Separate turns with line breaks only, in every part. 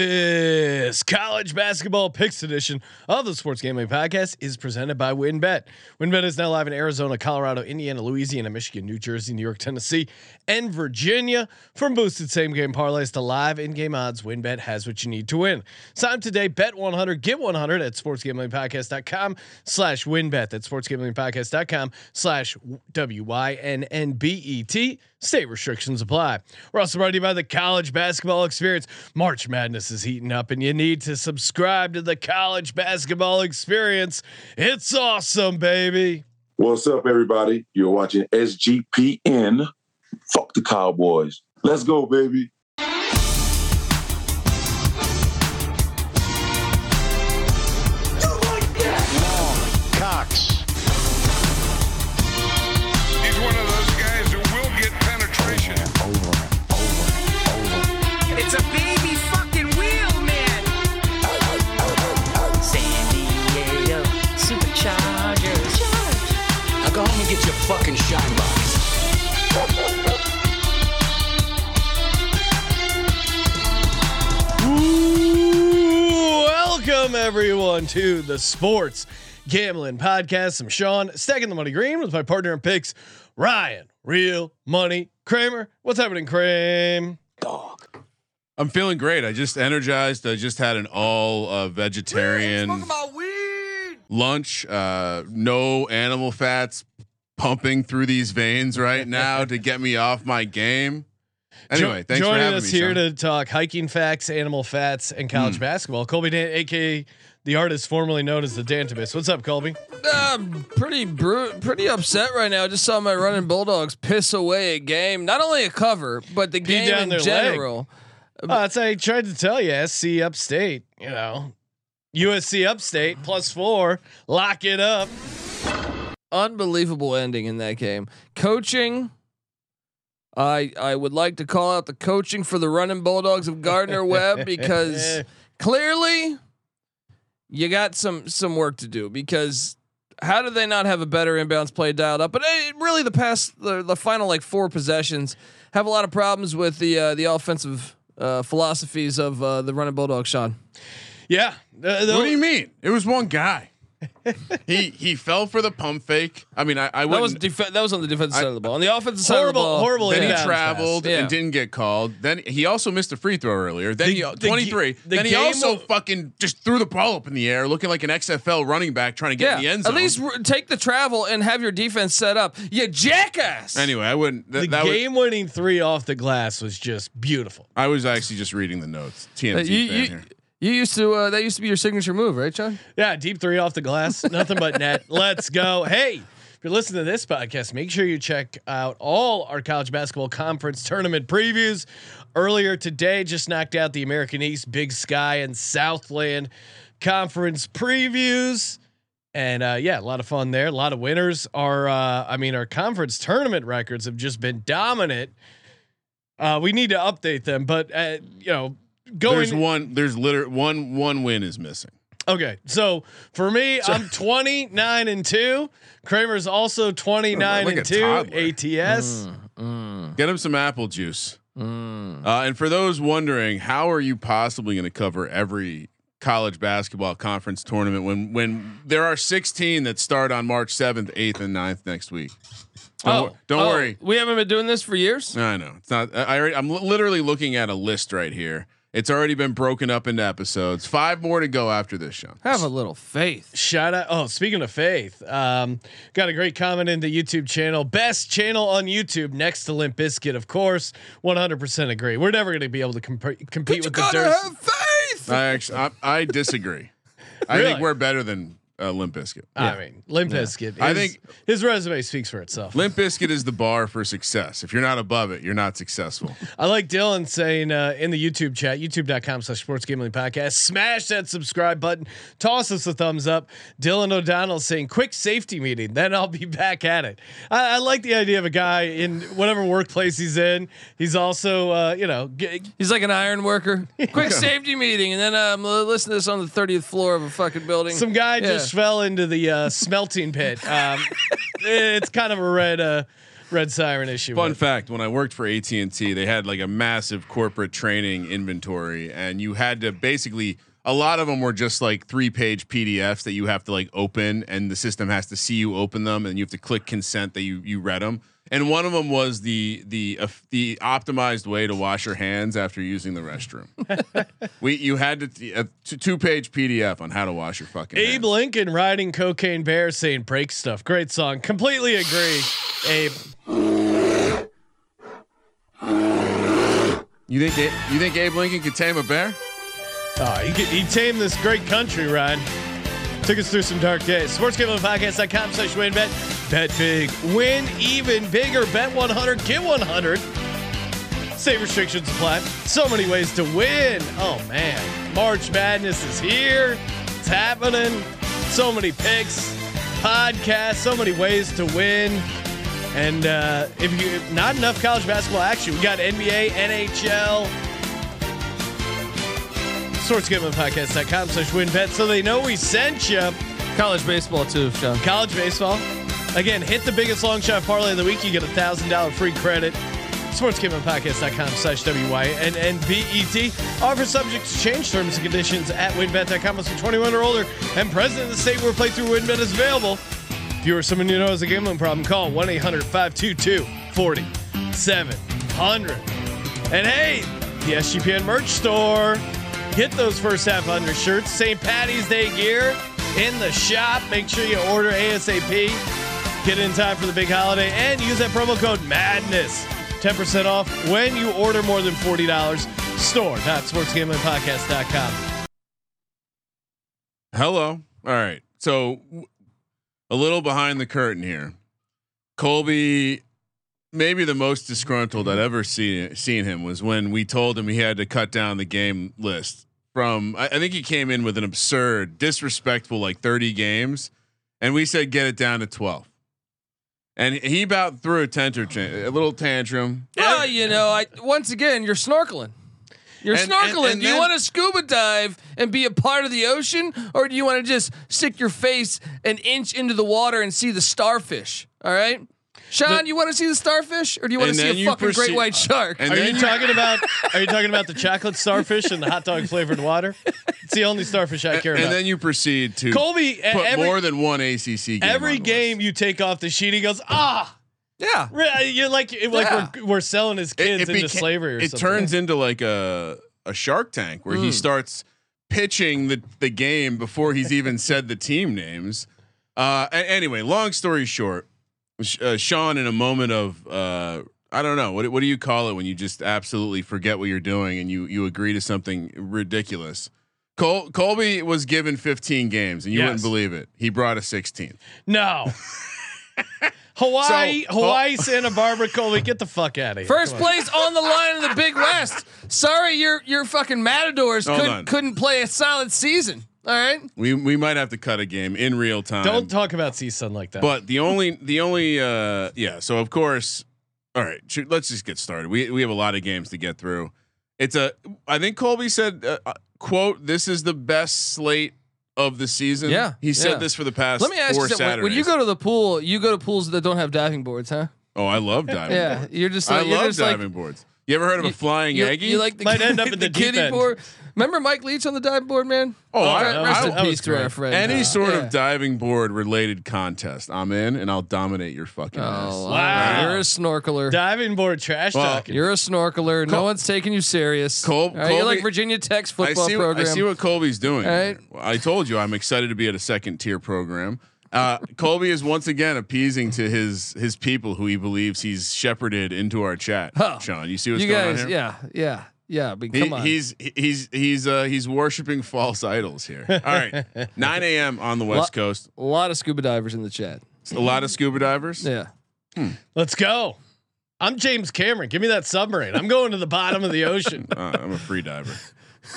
This college basketball picks edition of the Sports Gambling Podcast is presented by WinBet. WinBet is now live in Arizona, Colorado, Indiana, Louisiana, Michigan, New Jersey, New York, Tennessee, and Virginia. From boosted same game parlays to live in game odds, WinBet has what you need to win. Sign up today, bet 100, get 100 at sportsgamblingpodcast.com slash winbet. That's sportsgamblingpodcast.com slash W-Y-N-N-B-E-T. E State restrictions apply. We're also brought to you by the College Basketball Experience. March Madness is heating up, and you need to subscribe to the College Basketball Experience. It's awesome, baby.
What's up, everybody? You're watching SGPN. Fuck the Cowboys. Let's go, baby.
fucking shine box.
Ooh, welcome everyone to the sports gambling podcast. I'm Sean, stacking the money green with my partner in picks, Ryan, real money Kramer. What's happening, Kramer?
Dog.
I'm feeling great. I just energized. I just had an all uh, vegetarian lunch. Uh, no animal fats, pumping through these veins right now to get me off my game. Anyway, jo- thanks
joining
for having
us
me,
here
Sean. Hmm.
to talk hiking facts, animal fats, and college basketball. Colby Dan, aka the artist formerly known as the Dantabus. What's up, Colby?
I'm pretty bru- pretty upset right now. I just saw my running Bulldogs piss away a game, not only a cover, but the game
down
in
their leg.
general.
Uh,
Um,
that's I tried to tell you. SC Upstate, you know, USC Upstate plus four. Lock it up.
Unbelievable ending in that game. Coaching. I I would like to call out the coaching for the running Bulldogs of Gardner Webb because clearly you got some some work to do because how did they not have a better inbounds play dialed up? But eh, really, the past the, the final like four possessions have a lot of problems with the uh, the offensive uh, philosophies of uh, the running Bulldogs. Sean,
Yeah. Uh, the-
what do you mean? It was one guy. he he fell for the pump fake. I mean, I, I
that was
wouldn't.
def- that was on the defensive side of the ball. On the offensive side of the
horrible,
ball,
horrible.
then he
inbounds pass.
traveled
Yeah.
and didn't get called. Then he also missed a free throw earlier. Then
The-
he
the ga-
23.
the
then he
game
also
of-
fucking just threw the ball up in the air, looking like an XFL running back trying to get in the
Yeah,
end zone.
at least r- take the travel and have your defense set up. You jackass.
anyway, I wouldn't. Th-
The
that was-
game-winning three off the glass was just beautiful.
I was actually just reading the notes. TMZ
Uh, you,
fan
you,
here.
you used to uh, that used to be your signature move, right, Sean?
Yeah, deep three off the glass, nothing but net. Let's go. Hey, if you're listening to this podcast, make sure you check out all our college basketball conference tournament previews. Earlier today, just knocked out the American East, Big Sky, and Southland conference previews. And uh, yeah, a lot of fun there. A lot of winners. Our, uh, I mean, our conference tournament records have just been dominant. Uh, we need to update them, but uh, you know, going
There's one. There's liter one. One win is missing.
Okay, so for me, I'm 29 and two. Kramer's also 29
Like a
and two.
toddler.
ATS.
Hmm. Get him some apple juice.
Mm.
Uh, and for those wondering, how are you possibly going to cover every college basketball conference tournament when when there are 16 that start on March 7th, 8th, and 9th next week? Don't, wor- don't
Oh,
worry.
We haven't been doing this for years.
I know it's not. I, I already, I'm li- literally looking at a list right here. It's already been broken up into episodes. Five more to go after this, Sean.
Have a little faith.
Shout out! Oh, speaking of faith, um, got a great comment in the YouTube channel. Best channel on YouTube, next to Limp Bizkit, of course. 100% agree. We're never going to be able to comp- compete with the Durs.
faith.
I actually, I, I disagree. I think
Really?
we're better than uh, Limp Bizkit.
I mean, Limp Bizkit.
I
his-
think-
his resume speaks for itself.
Limp Bizkit is the bar for success. If you're not above it, you're not successful.
I like Dylan saying uh, in the YouTube chat, youtube.com slash sports gambling podcast, smash that subscribe button, toss us a thumbs up. Dylan O'Donnell saying, quick safety meeting, then I'll be back at it. I, I like the idea of a guy in whatever workplace he's in. He's also, uh, you know, g-
He's like an iron worker. Quick safety meeting, and then um, l- listen to this on the thirtieth floor of a fucking building.
some guy
Yeah.
just fell into the uh, smelting pit. Um, it's kind of a red, uh, Red Siren issue.
Fun
with.
fact: When I worked for AT and T, they had like a massive corporate training inventory, and you had to basically. A lot of them were just like three-page PDFs that you have to like open, and the system has to see you open them, and you have to click consent that you you read them. And one of them was the the uh, the optimized way to wash your hands after using the restroom. we you had to a t- two-page PDF on how to wash your fucking.
Abe
hands.
Lincoln riding cocaine bear saying break stuff. Great song. Completely agree. Abe.
You think A- you think Abe Lincoln could tame a bear?
Oh, he, ca- he tamed this great country, Ryan. Took us through some dark days. SportsGamblingPodcast.com slash win bet. Bet big. Win even bigger. Bet 100. Get 100. Same restrictions apply. So many ways to win. Oh, man. March Madness is here. It's happening. So many picks, podcasts, so many ways to win. And uh, if you if not enough college basketball action, we got NBA, NHL, SportsGamblingPodcast.com slash win bet so they know we sent you
College baseball too, Sean.
college baseball. Again, hit the biggest long shot parlay of the week. You get a thousand dollar free credit. SportsGamblingPodcast.com slash WYNNBET. E Offer subject to change terms and conditions at winbet.com must be 21 or older and present in the state where play through winbet is available. If you or someone you know has a gambling problem, call 1 800 522 4700. And hey, the SGPN merch store. Get those first half undershirts, St. Patty's Day gear in the shop. Make sure you order ASAP. Get in time for the big holiday and use that promo code MADNESS. 10% off when you order more than $40. Store, not sportsgamblingpodcast.com.
Hello. All right. So w- a little behind the curtain here. Colby, maybe the most disgruntled I'd ever seen seen him was when we told him he had to cut down the game list from I, I think he came in with an absurd, disrespectful like 30 games, and we said get it down to 12. And he about threw a tantrum, a little tantrum.
Yeah, you know, I once again you're snorkeling. You're
And- and-
snorkeling.
and
do you
then-
want to scuba dive and be a part of the ocean, or do you want to just stick your face an inch into the water and see the starfish? All right, Sean, you want to see the starfish, or do you want to
And
see
then
a
you
fucking great
proceed-
white shark?
And
Are
then
you talking about are you talking about the chocolate starfish and the hot dog flavored water? It's the only starfish I care
and
about.
then you proceed to
Colby, e,
put
every,
more than one ACC game.
every
on the list.
game you take off the sheet, he goes, ah,
yeah,
Re- uh, You're like you're like
Yeah.
we're, we're selling his kids into
beca-
slavery or
it
something. Hmm.
turns into like a a Shark Tank where he starts pitching the the game before he's even said the team names. Uh, a- anyway, long story short, Sh- uh, Sean, in a moment of uh, I don't know what what do you call it when you just absolutely forget what you're doing and you you agree to something ridiculous. Col- Colby was given 15 games, and you
Yes.
wouldn't believe it. He brought a 16th.
no. Hawaii,
So-
Hawaii, Santa Barbara, Colby, get the fuck out of here.
first
Come on.
place on the line in the Big West. Sorry, your your fucking Matadors
Hold
couldn't
on.
couldn't play a solid season. All right,
We we might have to cut a game in real time.
Don't talk about CSUN like that.
But the only the only uh yeah, so of course all right, shoot, let's just get started. We we have a lot of games to get through. It's a I think Colby said uh, uh, quote this is the best slate of the season.
Yeah,
He
yeah.
said this for the past
let me ask
four
you something. When-
Saturdays.
When you go to the pool, you go to pools that don't have diving boards, huh?
Oh, I love diving.
Yeah,
boards.
you're just
I
like, you're
love
just like-
diving boards. You ever heard of a flying
you,
Aggie?
You like the,
Might end up in the deep
kiddie
end.
board. Remember Mike Leach on the dive board, man?
Oh, I-
Rest-
I-
rest
that
in
was
peace to
great.
our friend.
any
Uh,
sort
yeah.
of diving board related contest, I'm in and I'll dominate your fucking ass.
Oh,
Wow.
wow. You're a snorkeler.
diving board trash
Well,
talking.
You're a snorkeler. no
Col-
one's taking you serious.
Col-
All right, you're
Colby-
like Virginia Tech's
I
football
see, what-
program.
I see what Colby's doing.
All right.
Well, I told you I'm excited to be at a second tier program. Uh, Colby is once again appeasing to his his people who he believes he's shepherded into our chat.
Huh.
Sean, you see what's
you
going
guys,
on here?
yeah, yeah, yeah. I mean,
He-
come on.
he's he's he's uh, he's worshiping false idols here. All right, 9 a.m. on the West Coast.
a lot of scuba divers in the chat.
It's a lot of scuba divers.
Yeah.
Let's go. I'm James Cameron. Give me that submarine. I'm going to the bottom of the ocean.
Uh, I'm a free diver.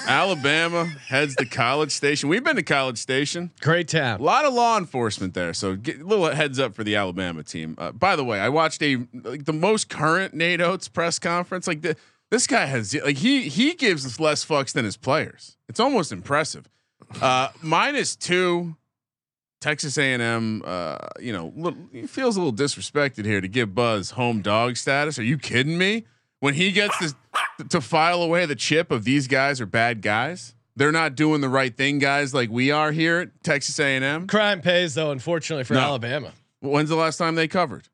Alabama heads to College Station. We've been to College Station.
Great
A
town.
lot of law enforcement there, so get a little heads up for the Alabama team. Uh, by the way, I watched a like the most current Nate Oates press conference. Like the, this guy has like he he gives us less fucks than his players. It's almost impressive. Uh, minus two Texas A&M, uh, you know, look, he feels a little disrespected here to give Buzz home dog status. Are you kidding me? When he gets to, to file away the chip of these guys are bad guys, they're not doing the right thing, guys, like we are here at Texas A&M.
Crime pays though, unfortunately for
No.
Alabama.
When's the last time they covered?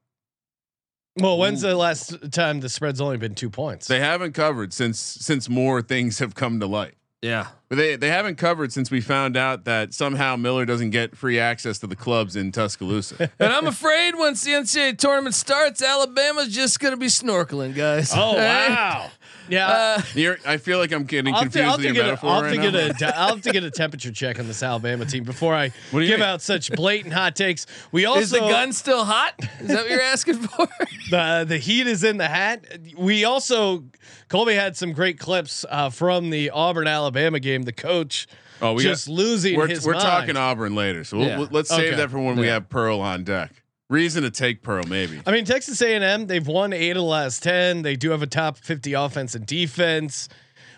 Well, when's the last time the spread's only been two points?
They haven't covered since since more things have come to light.
Yeah.
But they they haven't covered since we found out that somehow Miller doesn't get free access to the clubs in Tuscaloosa.
And I'm afraid once the NCAA tournament starts, Alabama's just going to be snorkeling, guys.
oh
Hey.
wow! Yeah,
Uh,
You're, I feel like I'm getting
I'll, have to-
confused
I'll have to
with your
get a,
metaphor
I'll
right
have to
now.
get a te- I'll have to get a temperature check on this Alabama team before I
do you
give
mean?
out such blatant hot takes. We also
is the gun still hot? Is that what you're asking for?
the the heat is in the hat. We also Colby had some great clips uh, from the Auburn Alabama game. The coach
Oh, we
just
got,
losing
we're,
his
we're
mind.
talking Auburn later, so we'll,
Yeah.
we'll- let's save
Okay.
that for when we
Yeah.
have Pearl on deck. Reason to take Pearl, maybe.
I mean, Texas A&M they've won eight of the last ten. They do have a top fifty offense and defense,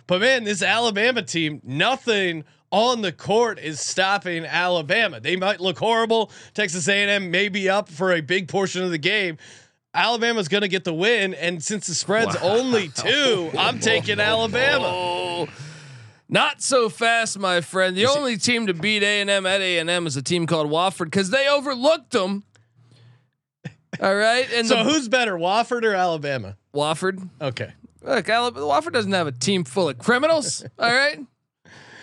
but man, this Alabama team, nothing on the court is stopping Alabama. They might look horrible. Texas A&M may be up for a big portion of the game. Alabama's going to get the win, and since the spread's only two, I'm taking Alabama.
Oh, not so fast, my friend. The only team to beat A and M at A and M is a team called Wofford because they overlooked them. All right, and
So
the
who's better, Wofford or Alabama?
Wofford?
Okay,
Look, Alabama, Wofford doesn't have a team full of criminals. All right,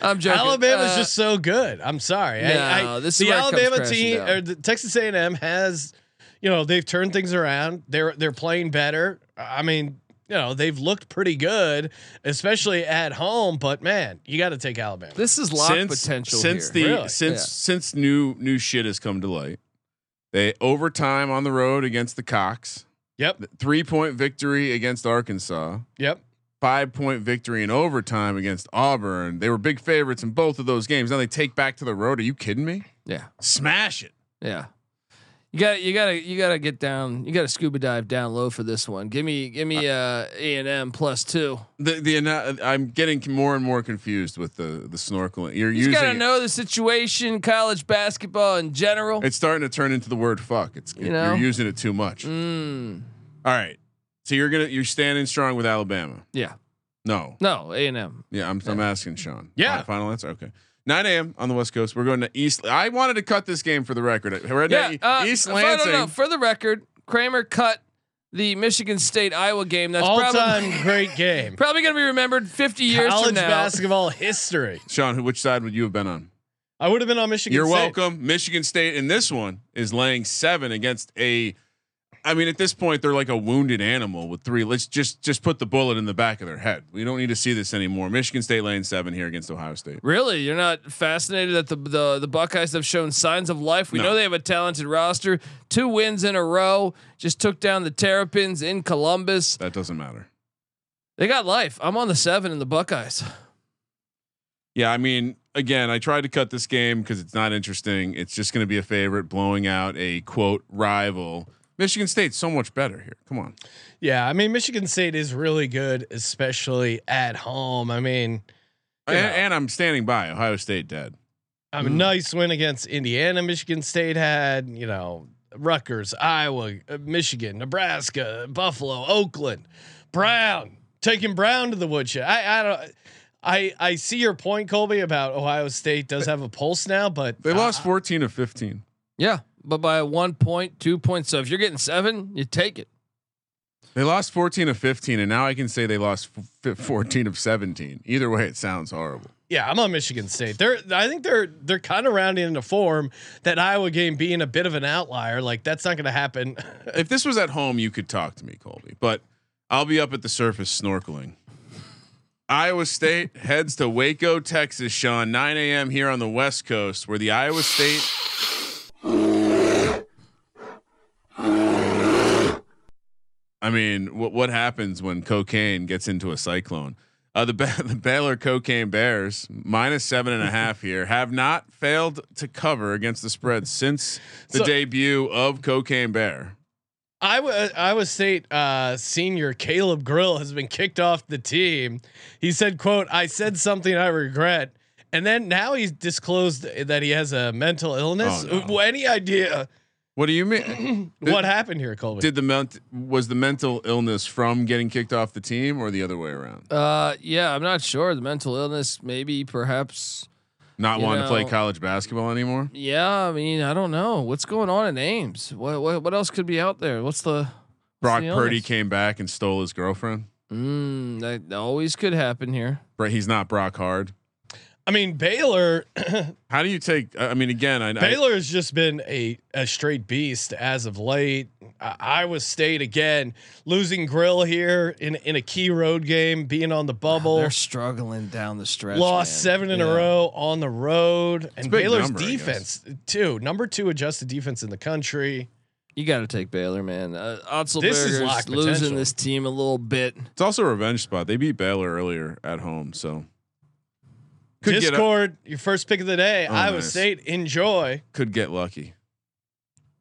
I'm joking.
Alabama's
Uh,
just so good. I'm sorry. I-
No,
I-
this is
the
where it comes
Alabama
crashing
team
down.
or the Texas A&M has, you know, they've turned things around. They're they're playing better. I mean, you know, they've looked pretty good, especially at home. But man, you got to take Alabama.
this is lock potential.
since
here.
the
Really?
since
Yeah.
since new new shit has come to light. They overtime on the road against the Cox,
yep,
three point victory against Arkansas,
yep.
five point victory in overtime against Auburn. They were big favorites in both of those games. Now they take back to the road. Are you kidding me?
yeah,
Smash it.
yeah. You got to you got to you got to get down. You got to scuba dive down low for this one. Give me give me uh A and M plus two.
The the ana- I'm getting more and more confused with the the snorkeling. You're
You just
using
gotta know the situation, college basketball in general.
It's starting to turn into the word fuck. It's
You
you
know?
are using it too much.
Mm,
All right. So you're gonna you're standing strong with Alabama.
yeah.
No.
No, A and M.
Yeah, I'm I'm asking Sean.
Yeah.
Final, final answer. Okay. 9 a.m. on the West Coast. We're going to East. I wanted to cut this game for the record. We're at
Yeah.
E-
uh,
East
if I don't know,
Lansing.
for the record, Kramer cut the Michigan State Iowa game. That's
All
probably
time great game.
probably gonna be remembered 50 years
College
from now.
basketball history.
Sean, who, which side would you have been on?
I would have been on Michigan.
You're
State.
welcome. Michigan State in this one is laying seven against a. I mean, at this point, they're like a wounded animal with three. Let's just just put the bullet in the back of their head. We don't need to see this anymore. Michigan State laying seven here against Ohio State.
Really, you're not fascinated that the the, the Buckeyes have shown signs of life. We
No.
know they have a talented roster. Two wins in a row. Just took down the Terrapins in Columbus.
That doesn't matter.
They got life. I'm on the seven in the Buckeyes.
Yeah, I mean, again, I tried to cut this game because it's not interesting. It's just going to be a favorite blowing out a quote rival. Michigan State's so much better here. Come on.
Yeah, I mean Michigan State is really good, especially at home. I mean,
And,
Yeah.
and I'm standing by Ohio State dead.
Um, a
Mm.
nice win against Indiana. Michigan State had, you know, Rutgers, Iowa, uh, Michigan, Nebraska, Buffalo, Oakland, Brown taking Brown to the woodshed. I, I don't. I, I see your point, Colby, about Ohio State does have a pulse now, but
They
I-
lost 14 of 15.
Yeah, but by one point, two points. So if you're getting seven, you take it.
They lost 14 of 15, and now I can say they lost f- f- 14 of 17. Either way, it sounds horrible.
Yeah, I'm on Michigan State. They're I think they're they're kind of rounding into form. That Iowa game being a bit of an outlier, like that's not going to happen.
If this was at home, you could talk to me, Colby, but I'll be up at the surface snorkeling. Iowa State heads to Waco, Texas, Sean, 9 a.m. here on the West Coast, where the Iowa State I mean, what what happens when cocaine gets into a cyclone? Uh, the Ba- the Baylor Cocaine Bears minus seven and a half here have not failed to cover against the spread since the
So-
debut of Cocaine Bear.
Iowa, Iowa State uh, senior Caleb Grill has been kicked off the team. He said, "quote I said something I regret, And then now he's disclosed that he has a mental illness.
Oh, no.
Uh, Any idea
What do you mean? Did-
what happened here, Colby?
Did the ment- was the mental illness from getting kicked off the team or the other way around?
Uh, yeah, I'm not sure. The mental illness, maybe, perhaps.
Not
You
wanting to play
know-
college basketball anymore?
Yeah, I mean, I don't know what's going on in Ames. What what, what else could be out there? What's the
Brock
the
Purdy
illness?
came back and stole his girlfriend.
Mm, that always could happen here.
Right, he's not Brock Hard.
I mean, Baylor.
How do you take? I I mean, again, I, I
Baylor has just been a, a straight beast as of late. I, Iowa State again losing Grill here in in a key road game, being on the bubble.
They're struggling down the stretch.
Lost
man.
seven in
Yeah.
a row on the road, and
big
Baylor's
number, I guess.
defense too. Number two adjusted defense in the country.
You got to take Baylor, man. Uh,
This is
Otzelberger's
lock
losing
potential.
this team a little bit.
it's also a revenge spot. They beat Baylor earlier at home, so could get
Discord, your first pick of the day.
Oh,
Iowa
nice.
State, enjoy.
could get lucky.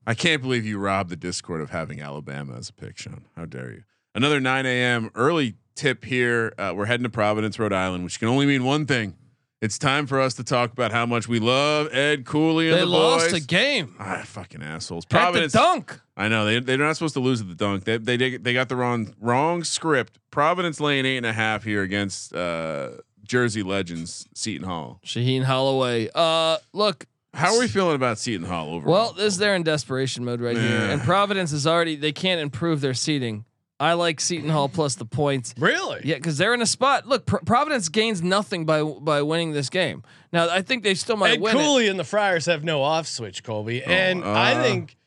I can't believe you robbed the Discord of having Alabama as a pick, Sean. How dare you? Another 9 a.m. early tip here. Uh, we're heading to Providence, Rhode Island, which can only mean one thing. It's time for us to talk about how much we love Ed Cooley and
They
the
lost
boys.
a game.
Ah, fucking assholes.
At the
Providence.
dunk.
I know they they're not supposed to lose at the dunk. They they dig- they got the wrong wrong script. Providence laying eight and a half here against uh, Jersey Legends Seton Hall.
Shaheen Holloway. Uh, look.
How are we feeling about Seton Hall overall?
Well, this they're in desperation mode right here,
Yeah.
and Providence is already. They can't improve their seating. I like Seton Hall plus the points.
Really?
Yeah, because they're in a spot. Look, Pro- Providence gains nothing by by winning this game. Now, I think they still might
Ed
win. it.
Cooley and the Friars have no off switch, Colby. and I
uh.
think,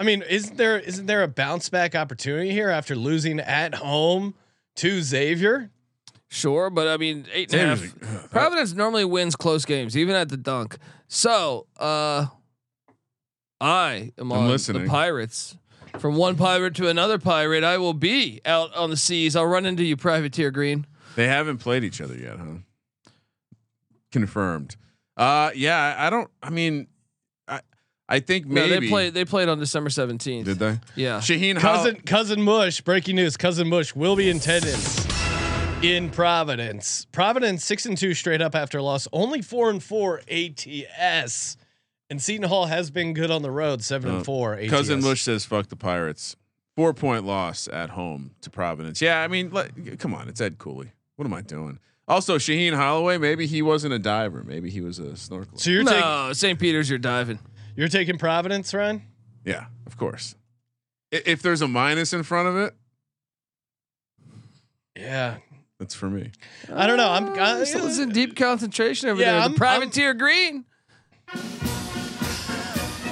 I mean, isn't there isn't there a bounce back opportunity here after losing at home to Xavier?
Sure, but I mean, eight and a
Xavier's
half. Providence normally wins close games, even at the dunk. So, uh, I am on
listening.
the Pirates. From one pirate to another pirate, I will be out on the seas. I'll run into you, Privateer Green.
They haven't played each other yet, huh? Confirmed. Uh, yeah, I don't. I mean, I I think
No,
maybe
they played. They played on December seventeenth.
Did they?
Yeah.
Shaheen Hall.
Cousin cousin Mush, breaking news. Cousin Mush will be in attendance in Providence. Providence six and two straight up after a loss, only four and four ATS. And Seton Hall has been good on the road, seven
Uh,
and four. ATS.
Cousin Mush says, "Fuck the Pirates." Four point loss at home to Providence. Yeah, I mean, let, come on, it's Ed Cooley. What am I doing? Also, Shaheen Holloway. Maybe he wasn't a diver. Maybe he was a snorkeler.
So you're taking
no, St. Peter's. You're diving.
you're taking Providence, Ron?
yeah, of course. I- if there's a minus in front of it,
Yeah.
that's for me.
I don't know. I'm I,
This Uh, is in deep concentration over
Yeah,
there.
I'm-
the Privateer Green.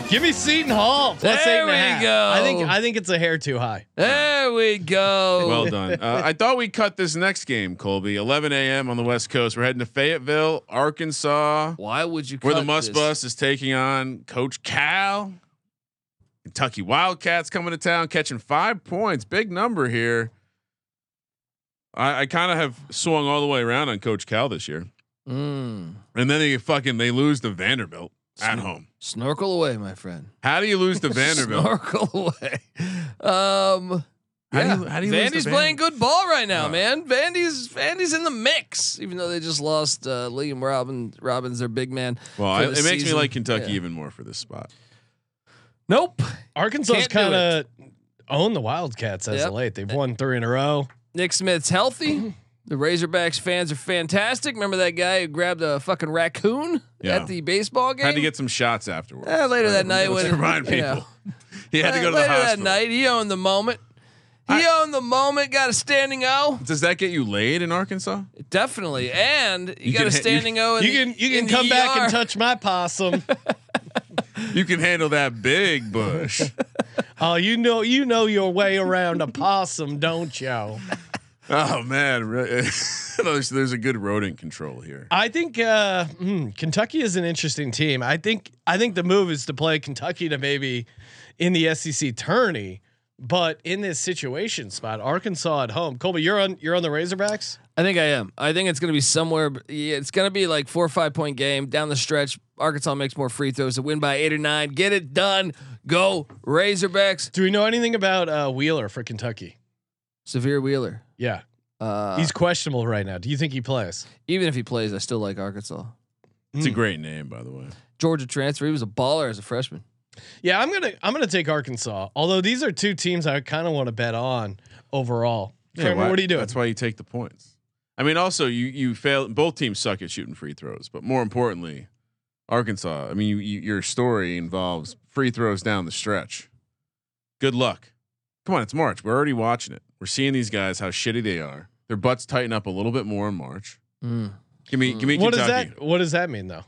Give me Seton Hall. Plus
There
eight and a
we
half.
go.
I think I think it's a hair too high.
There we go.
Well done. Uh, I thought we'd cut this next game, Colby. 11 a.m. on the West Coast. We're heading to Fayetteville, Arkansas,
Why would you?
where the
cut
Must
this?
Bus is taking on Coach Cal. Kentucky Wildcats coming to town, catching five points. Big number here. I, I kind of have swung all the way around on Coach Cal this year,
Mm.
and then they fucking they lose to Vanderbilt at
Sn-
home.
Snorkel away, my friend.
How do you lose to Vanderbilt?
Snorkel away. Um,
How do
yeah.
you- how do you lose
Vandy's
to Van-
playing good ball right now,
Uh.
man. Vandy's Vandy's in the mix, even though they just lost uh, Liam Robin Robbins, their big man.
Well,
for
I, it
the
makes me
season.
like Kentucky
Yeah.
even more for this spot.
Nope.
Arkansas's
Can't do
kind of own the Wildcats as
Yep.
of late. They've won three in a row.
Nick Smith's healthy. The Razorbacks fans are fantastic. Remember that guy who grabbed a fucking raccoon
Yeah.
at the baseball game?
Had to get some shots afterwards.
Eh, later that night
Let's
when
remind
you
people.
know.
He had to
Eh,
go to the
later
hospital.
that night. He owned the moment. He owned the moment. Got a standing O.
Does that get you laid in Arkansas?
Definitely, and he
You
got
can
a
hit- you-
standing O. In
You
the-
can you can
in the
come back
ER.
and touch my possum.
You can handle that big bush.
Oh, you know you know your way around a possum, don't you?
oh man, re- there's, there's a good rodent control here.
I think uh, hmm, Kentucky is an interesting team. I think I think the move is to play Kentucky to maybe in the SEC tourney, but in this situation spot, Arkansas at home. Colby, you're on you're on the Razorbacks.
I think I am. I think it's going to be somewhere. b- Yeah, it's going to be like four or five point game down the stretch. Arkansas makes more free throws to win by eight or nine. Get it done. Go Razorbacks.
Do we know anything about uh, Wheeler for Kentucky?
Severe Wheeler.
Yeah,
Uh,
he's questionable right now. Do you think he plays?
even if he plays, I still like Arkansas.
It's a great name, by the way.
Georgia transfer. He was a baller as a freshman.
Yeah, I'm gonna I'm gonna take Arkansas. Although these are two teams I kind of want to bet on overall. Kramer,
why-
what are you doing?
That's why you take the points. I mean, also you you fail. Both teams suck at shooting free throws, but more importantly, Arkansas. I mean, you, you, your story involves free throws down the stretch. Good luck. Come on, it's March. We're already watching it. We're seeing these guys how shitty they are. Their butts tighten up a little bit more in March.
Mm.
Give me, give me
what does
Kentucky.
that What does that mean though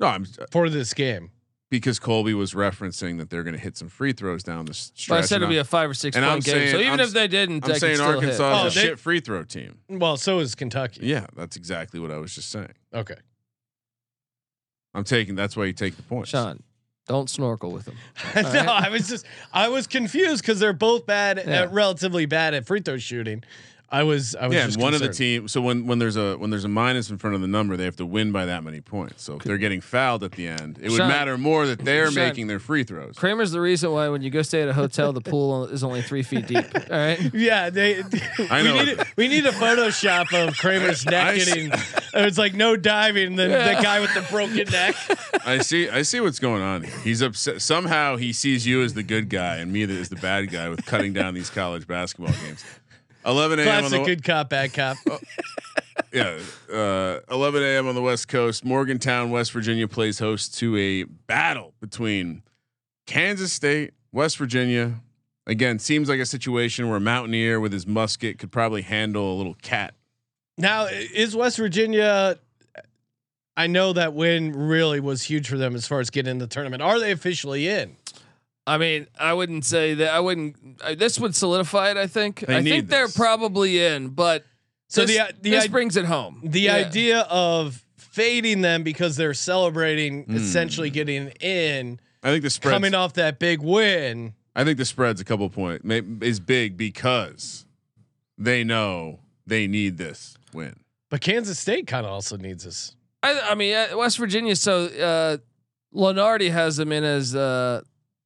No, I'm
for this game?
because Colby was referencing that they're going to hit some free throws down the stretch.
But I said
and
it'd be a five or six
and I'm
point game. so
saying-
even
I'm
if they didn't,
I'm
they could
saying
still hit.
Arkansas
Oh,
is a
they-
shit free throw team.
Well, so is Kentucky.
Yeah, that's exactly what I was just saying.
Okay.
I'm taking. That's why you take the points.
Sean, don't snorkel with them.
no,
right.
I was just I was confused because they're both bad
Yeah.
at relatively bad at free throw shooting. I was I was
Yeah, and
just
one of the
concerned.
team. So when when there's a when there's a minus in front of the number, they have to win by that many points. So if they're getting fouled at the end, it would
Sean-
matter more that they're
Sean-
making their free throws.
Kramer's the reason why when you go stay at a hotel, the pool is only three feet deep. All right.
Yeah, they.
I know.
We need, we need a Photoshop of Kramer's neck
I s-
getting. It's like no diving, and then
Yeah.
the guy with the broken neck.
I see. I see what's going on. Here. He's upset. Somehow he sees you as the good guy and me as the bad guy with cutting down these college basketball games. 11 a.m. on
Classic
the Oh.
good cop, bad cop.
yeah, uh, 11 a.m. on the West Coast. Morgantown, West Virginia plays host to a battle between Kansas State, West Virginia. Again, seems like a situation where a mountaineer with his musket could probably handle a little cat.
Now, i- is West Virginia? I know that win really was huge for them as far as getting in the tournament. Are they officially in?
I mean, I wouldn't say that. I wouldn't. I, this would solidify it. I think.
They
I
need
think they're
this. uh,
probably in, but
So
this,
the i- the
this
i-
brings it home.
The
Yeah.
idea of fading them because they're celebrating
Hmm.
essentially getting in,
I think the spread.
coming off that big win.
I think the spread's a couple point may- is big because they know they need this win.
But Kansas State kind of also needs us.
I, I mean, uh, West Virginia. So uh, Lenardi has them in as uh,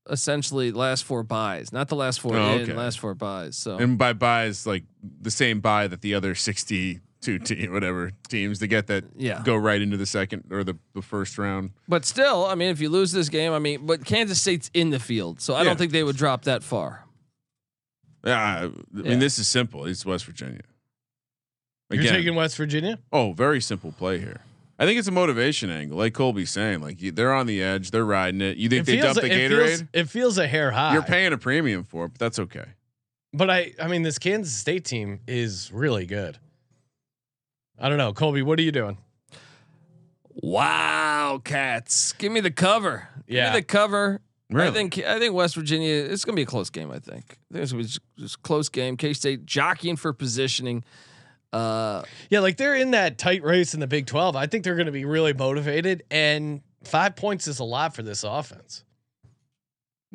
essentially last four buys, not the last four
Oh,
in,
okay.
last four buys. So
And by buys like the same buy that the other 62 team whatever teams to get that
yeah,
go right into the second or the, the first round.
but still, I mean, if you lose this game, I mean, but Kansas State's in the field, so I
Yeah.
don't think they would drop that far.
Yeah, I, I
Yeah.
mean this is simple. It's West Virginia.
You're
Again,
taking West Virginia?
oh, very simple play here. I think it's a motivation angle, like Colby's saying. Like you, they're on the edge, they're riding it. You think they dump the
it,
Gatorade?
feels, it feels a hair high.
You're paying a premium for it, but that's okay.
But I, I mean, this Kansas State team is really good. I don't know, Colby. What are you doing?
Wow, cats! Give me the cover. Give
Yeah.
me the cover.
Really?
I think I think West Virginia. It's going to be a close game. I think. I think it's going to be just, just close game. K State jockeying for positioning. Uh,
Yeah, like they're in that tight race in the Big Twelve. I think they're going to be really motivated, and five points is a lot for this offense.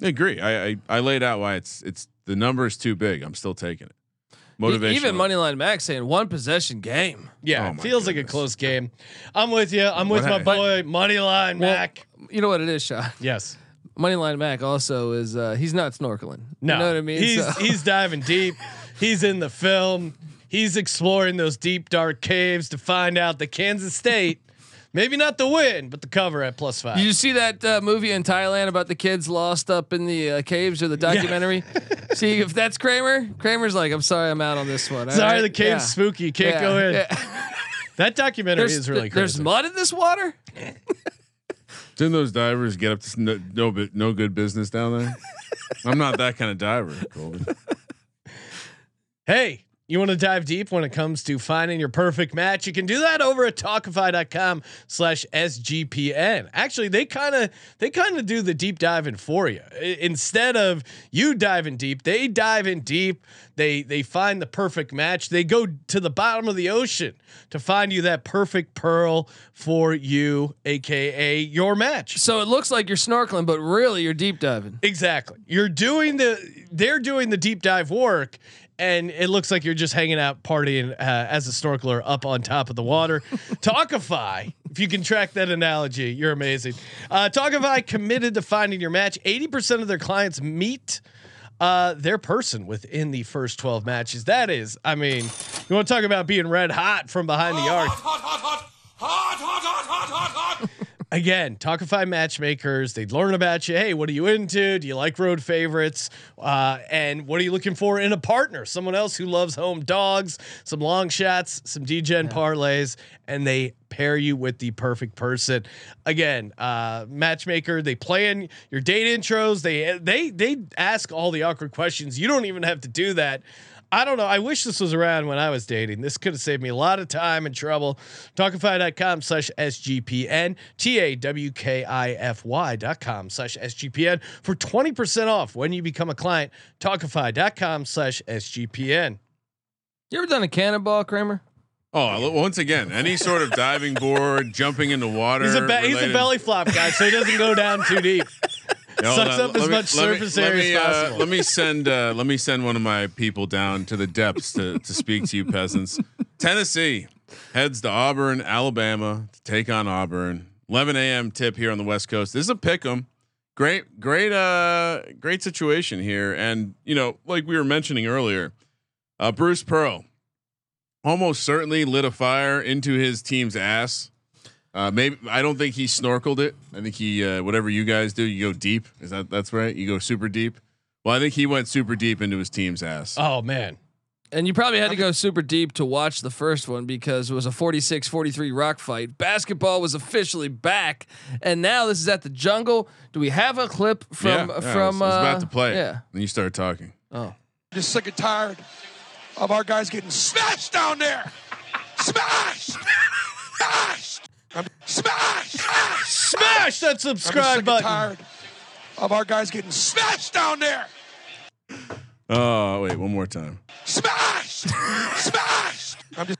I agree. I, I I laid out why it's it's the number is too big. I'm still taking it.
E-,
Motivation.
Even Moneyline Max saying one possession game.
Yeah,
Oh
it
my
feels like a
goodness.
close game. I'm with you. I'm with
What
my
hap-
boy Moneyline
Well-
Mac.
You know what it is, Sean.
Yes.
Moneyline Mac also is uh, he's not snorkeling.
No.
You know what I mean?
He's
So-
he's diving deep. He's in the film. He's exploring those deep dark caves to find out that Kansas State, maybe not the win, but the cover at plus five.
Did you see that uh, movie in Thailand about the kids lost up in the uh, caves or the documentary? see if that's Kramer. Kramer's like, I'm sorry, I'm out on this one. All
Sorry,
right?
the cave's
Yeah.
spooky. You Can't
Yeah.
go in.
Yeah.
That documentary
There's,
is really crazy.
there's mud in this water.
Didn't those divers get up to s- no no, bu- no good business down there? I'm not that kind of diver, Colby.
Hey, you want to dive deep when it comes to finding your perfect match? You can do that over at talkify.com slash SGPN. Actually, they kind of they kind of do the deep diving for you. I- instead of you diving deep, they dive in deep. They they find the perfect match. They go to the bottom of the ocean to find you that perfect pearl for you, aka your match.
So it looks like you're snorkeling, but really you're deep diving.
Exactly. You're doing the they're doing the deep dive work and it looks like you're just hanging out partying uh, as a snorkeler up on top of the water. Talkify, if you can track that analogy, you're amazing. Uh, Talkify committed to finding your match. 80% of their clients meet uh, their person within the first 12 matches. That is, I mean, you
Oh,
want to talk about being red hot from behind the arc. again, Talkify matchmakers, they'd learn about you. Hey, what are you into? Do you like road favorites? Uh, and what are you looking for in a partner? Someone else who loves home dogs, some long shots, some DGen parlays, and they pair you with the perfect person. Again, uh, matchmaker, they plan your date intros. They they they ask all the awkward questions. You don't even have to do that. I don't know. I wish this was around when I was dating. This could have saved me a lot of time and trouble. Talkify.com slash SGPN, T A W K I F Y dot com slash SGPN for 20% off when you become a client. Talkify.com slash SGPN.
You ever done a cannonball, Kramer?
Oh, lo- once again, any sort of diving board, jumping into water.
He's a, ba- he's a
related-
belly flop guy, so he doesn't go down too deep.
No,
Sucks
no,
up as much
let let
surface
let
area
me,
as
uh,
possible.
let me send uh, let me send one of my people down to the depths to to speak to you peasants. Tennessee heads to Auburn, Alabama to take on Auburn. 11 a.m. tip here on the West Coast. This is a pick 'em. Great, great, uh, great situation here. And you know, like we were mentioning earlier, uh, Bruce Pearl almost certainly lit a fire into his team's ass. Uh, maybe I don't think he snorkeled it. I think he uh, whatever you guys do, you go deep. Is that that's right? You go super deep. Well, I think he went super deep into his team's ass.
Oh, man.
And you probably had to go super deep to watch the first one because it was a 46 43 rock fight. Basketball was officially back. And now this is at the jungle. Do we have a clip from.
Yeah, yeah, I was-
from
I was,
uh,
about to play.
Yeah.
Then you started talking.
Oh.
Just sick and tired of our guys getting smashed down there. Smashed! Smashed! I'm smashed! Smashed!
Smash that
I'm just sick
subscribe
and
button.
tired of our guys getting smashed down there.
Oh wait, one more time.
Smashed! Smashed! I'm just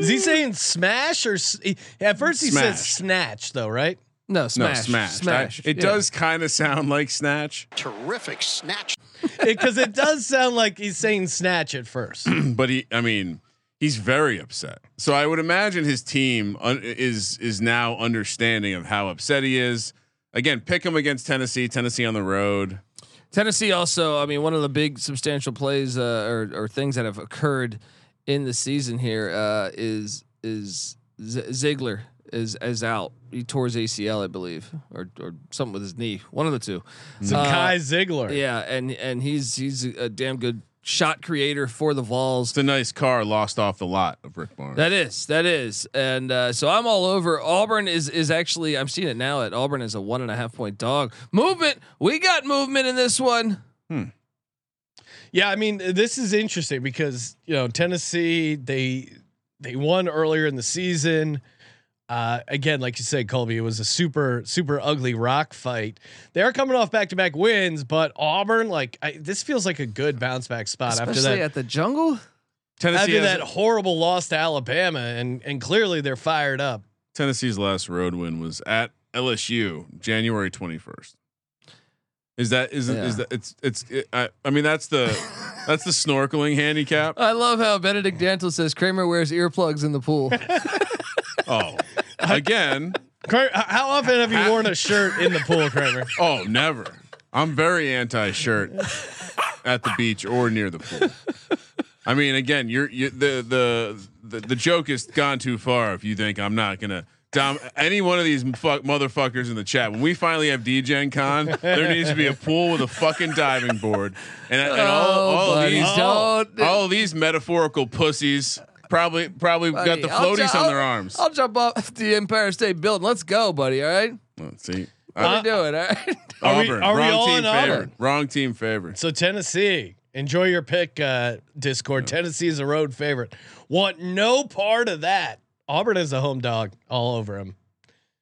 Is he saying smash or. s- he- At first he
Smash.
says snatch, though, right?
No,
No
smash.
smash.
Smash.
I- it
Yeah.
does kind of sound like snatch,
Terrific snatch.
Because it does sound like he's saying snatch at first.
but he. I mean, he's very upset. So I would imagine his team un- is is now understanding of how upset he is. Again, pick him against Tennessee. Tennessee on the road.
Tennessee also, I mean, one of the big substantial plays uh, or, or things that have occurred in the season here uh, is is Z- Ziegler is is out. He tore his ACL, I believe, or or something with his knee. One of the two. Uh,
Kai Ziegler.
yeah, and and he's he's a damn good shot creator for the Vols.
It's a nice car lost off the lot of Rick Barnes.
That is, that is, and uh, so I'm all over. Auburn is is actually I'm seeing it now. At Auburn is a one and a half point dog. Movement, we got movement in this one.
Yeah, I mean, this is interesting because you know Tennessee they they won earlier in the season. Uh, again, like you said, Colby, it was a super super ugly rock fight. They are coming off back to back wins, but Auburn, like I, this feels like a good bounce back spot
Especially
after that
at the jungle.
Tennessee
after
has-
that horrible loss to Alabama, and and clearly they're fired up.
Tennessee's last road win was at LSU, January 21st. Is that is
Yeah.
is that it's it's it, I, I mean that's the that's the snorkeling handicap.
I love how Benedict Dantle says Kramer wears earplugs in the pool.
Oh. Again,
Kramer, h- how often have you worn a shirt in the pool, Kramer?
oh, never. I'm very anti-shirt at the beach or near the pool. I mean, again, you're you, the, the the the joke has gone too far if you think I'm not gonna. Dom, any one of these fuck motherfuckers in the chat. When we finally have DGen Con, there needs to be a pool with a fucking diving board, and, and all,
Oh,
all of
buddy,
these
don't.
all of these metaphorical pussies probably probably got the
I'll
floaties
ju-
on their
I'll-
arms.
I'll jump off the Empire State Building. Let's go, buddy. All right,
Let's see,
how
Uh,
we doing? All right.
Are we-
Auburn,
are we
wrong
all
team
in
favored.
Auburn?
Wrong team favored.
So Tennessee, enjoy your pick, uh, Discord. Tennessee is a road favorite. Want no part of that. Auburn is a home dog all over him.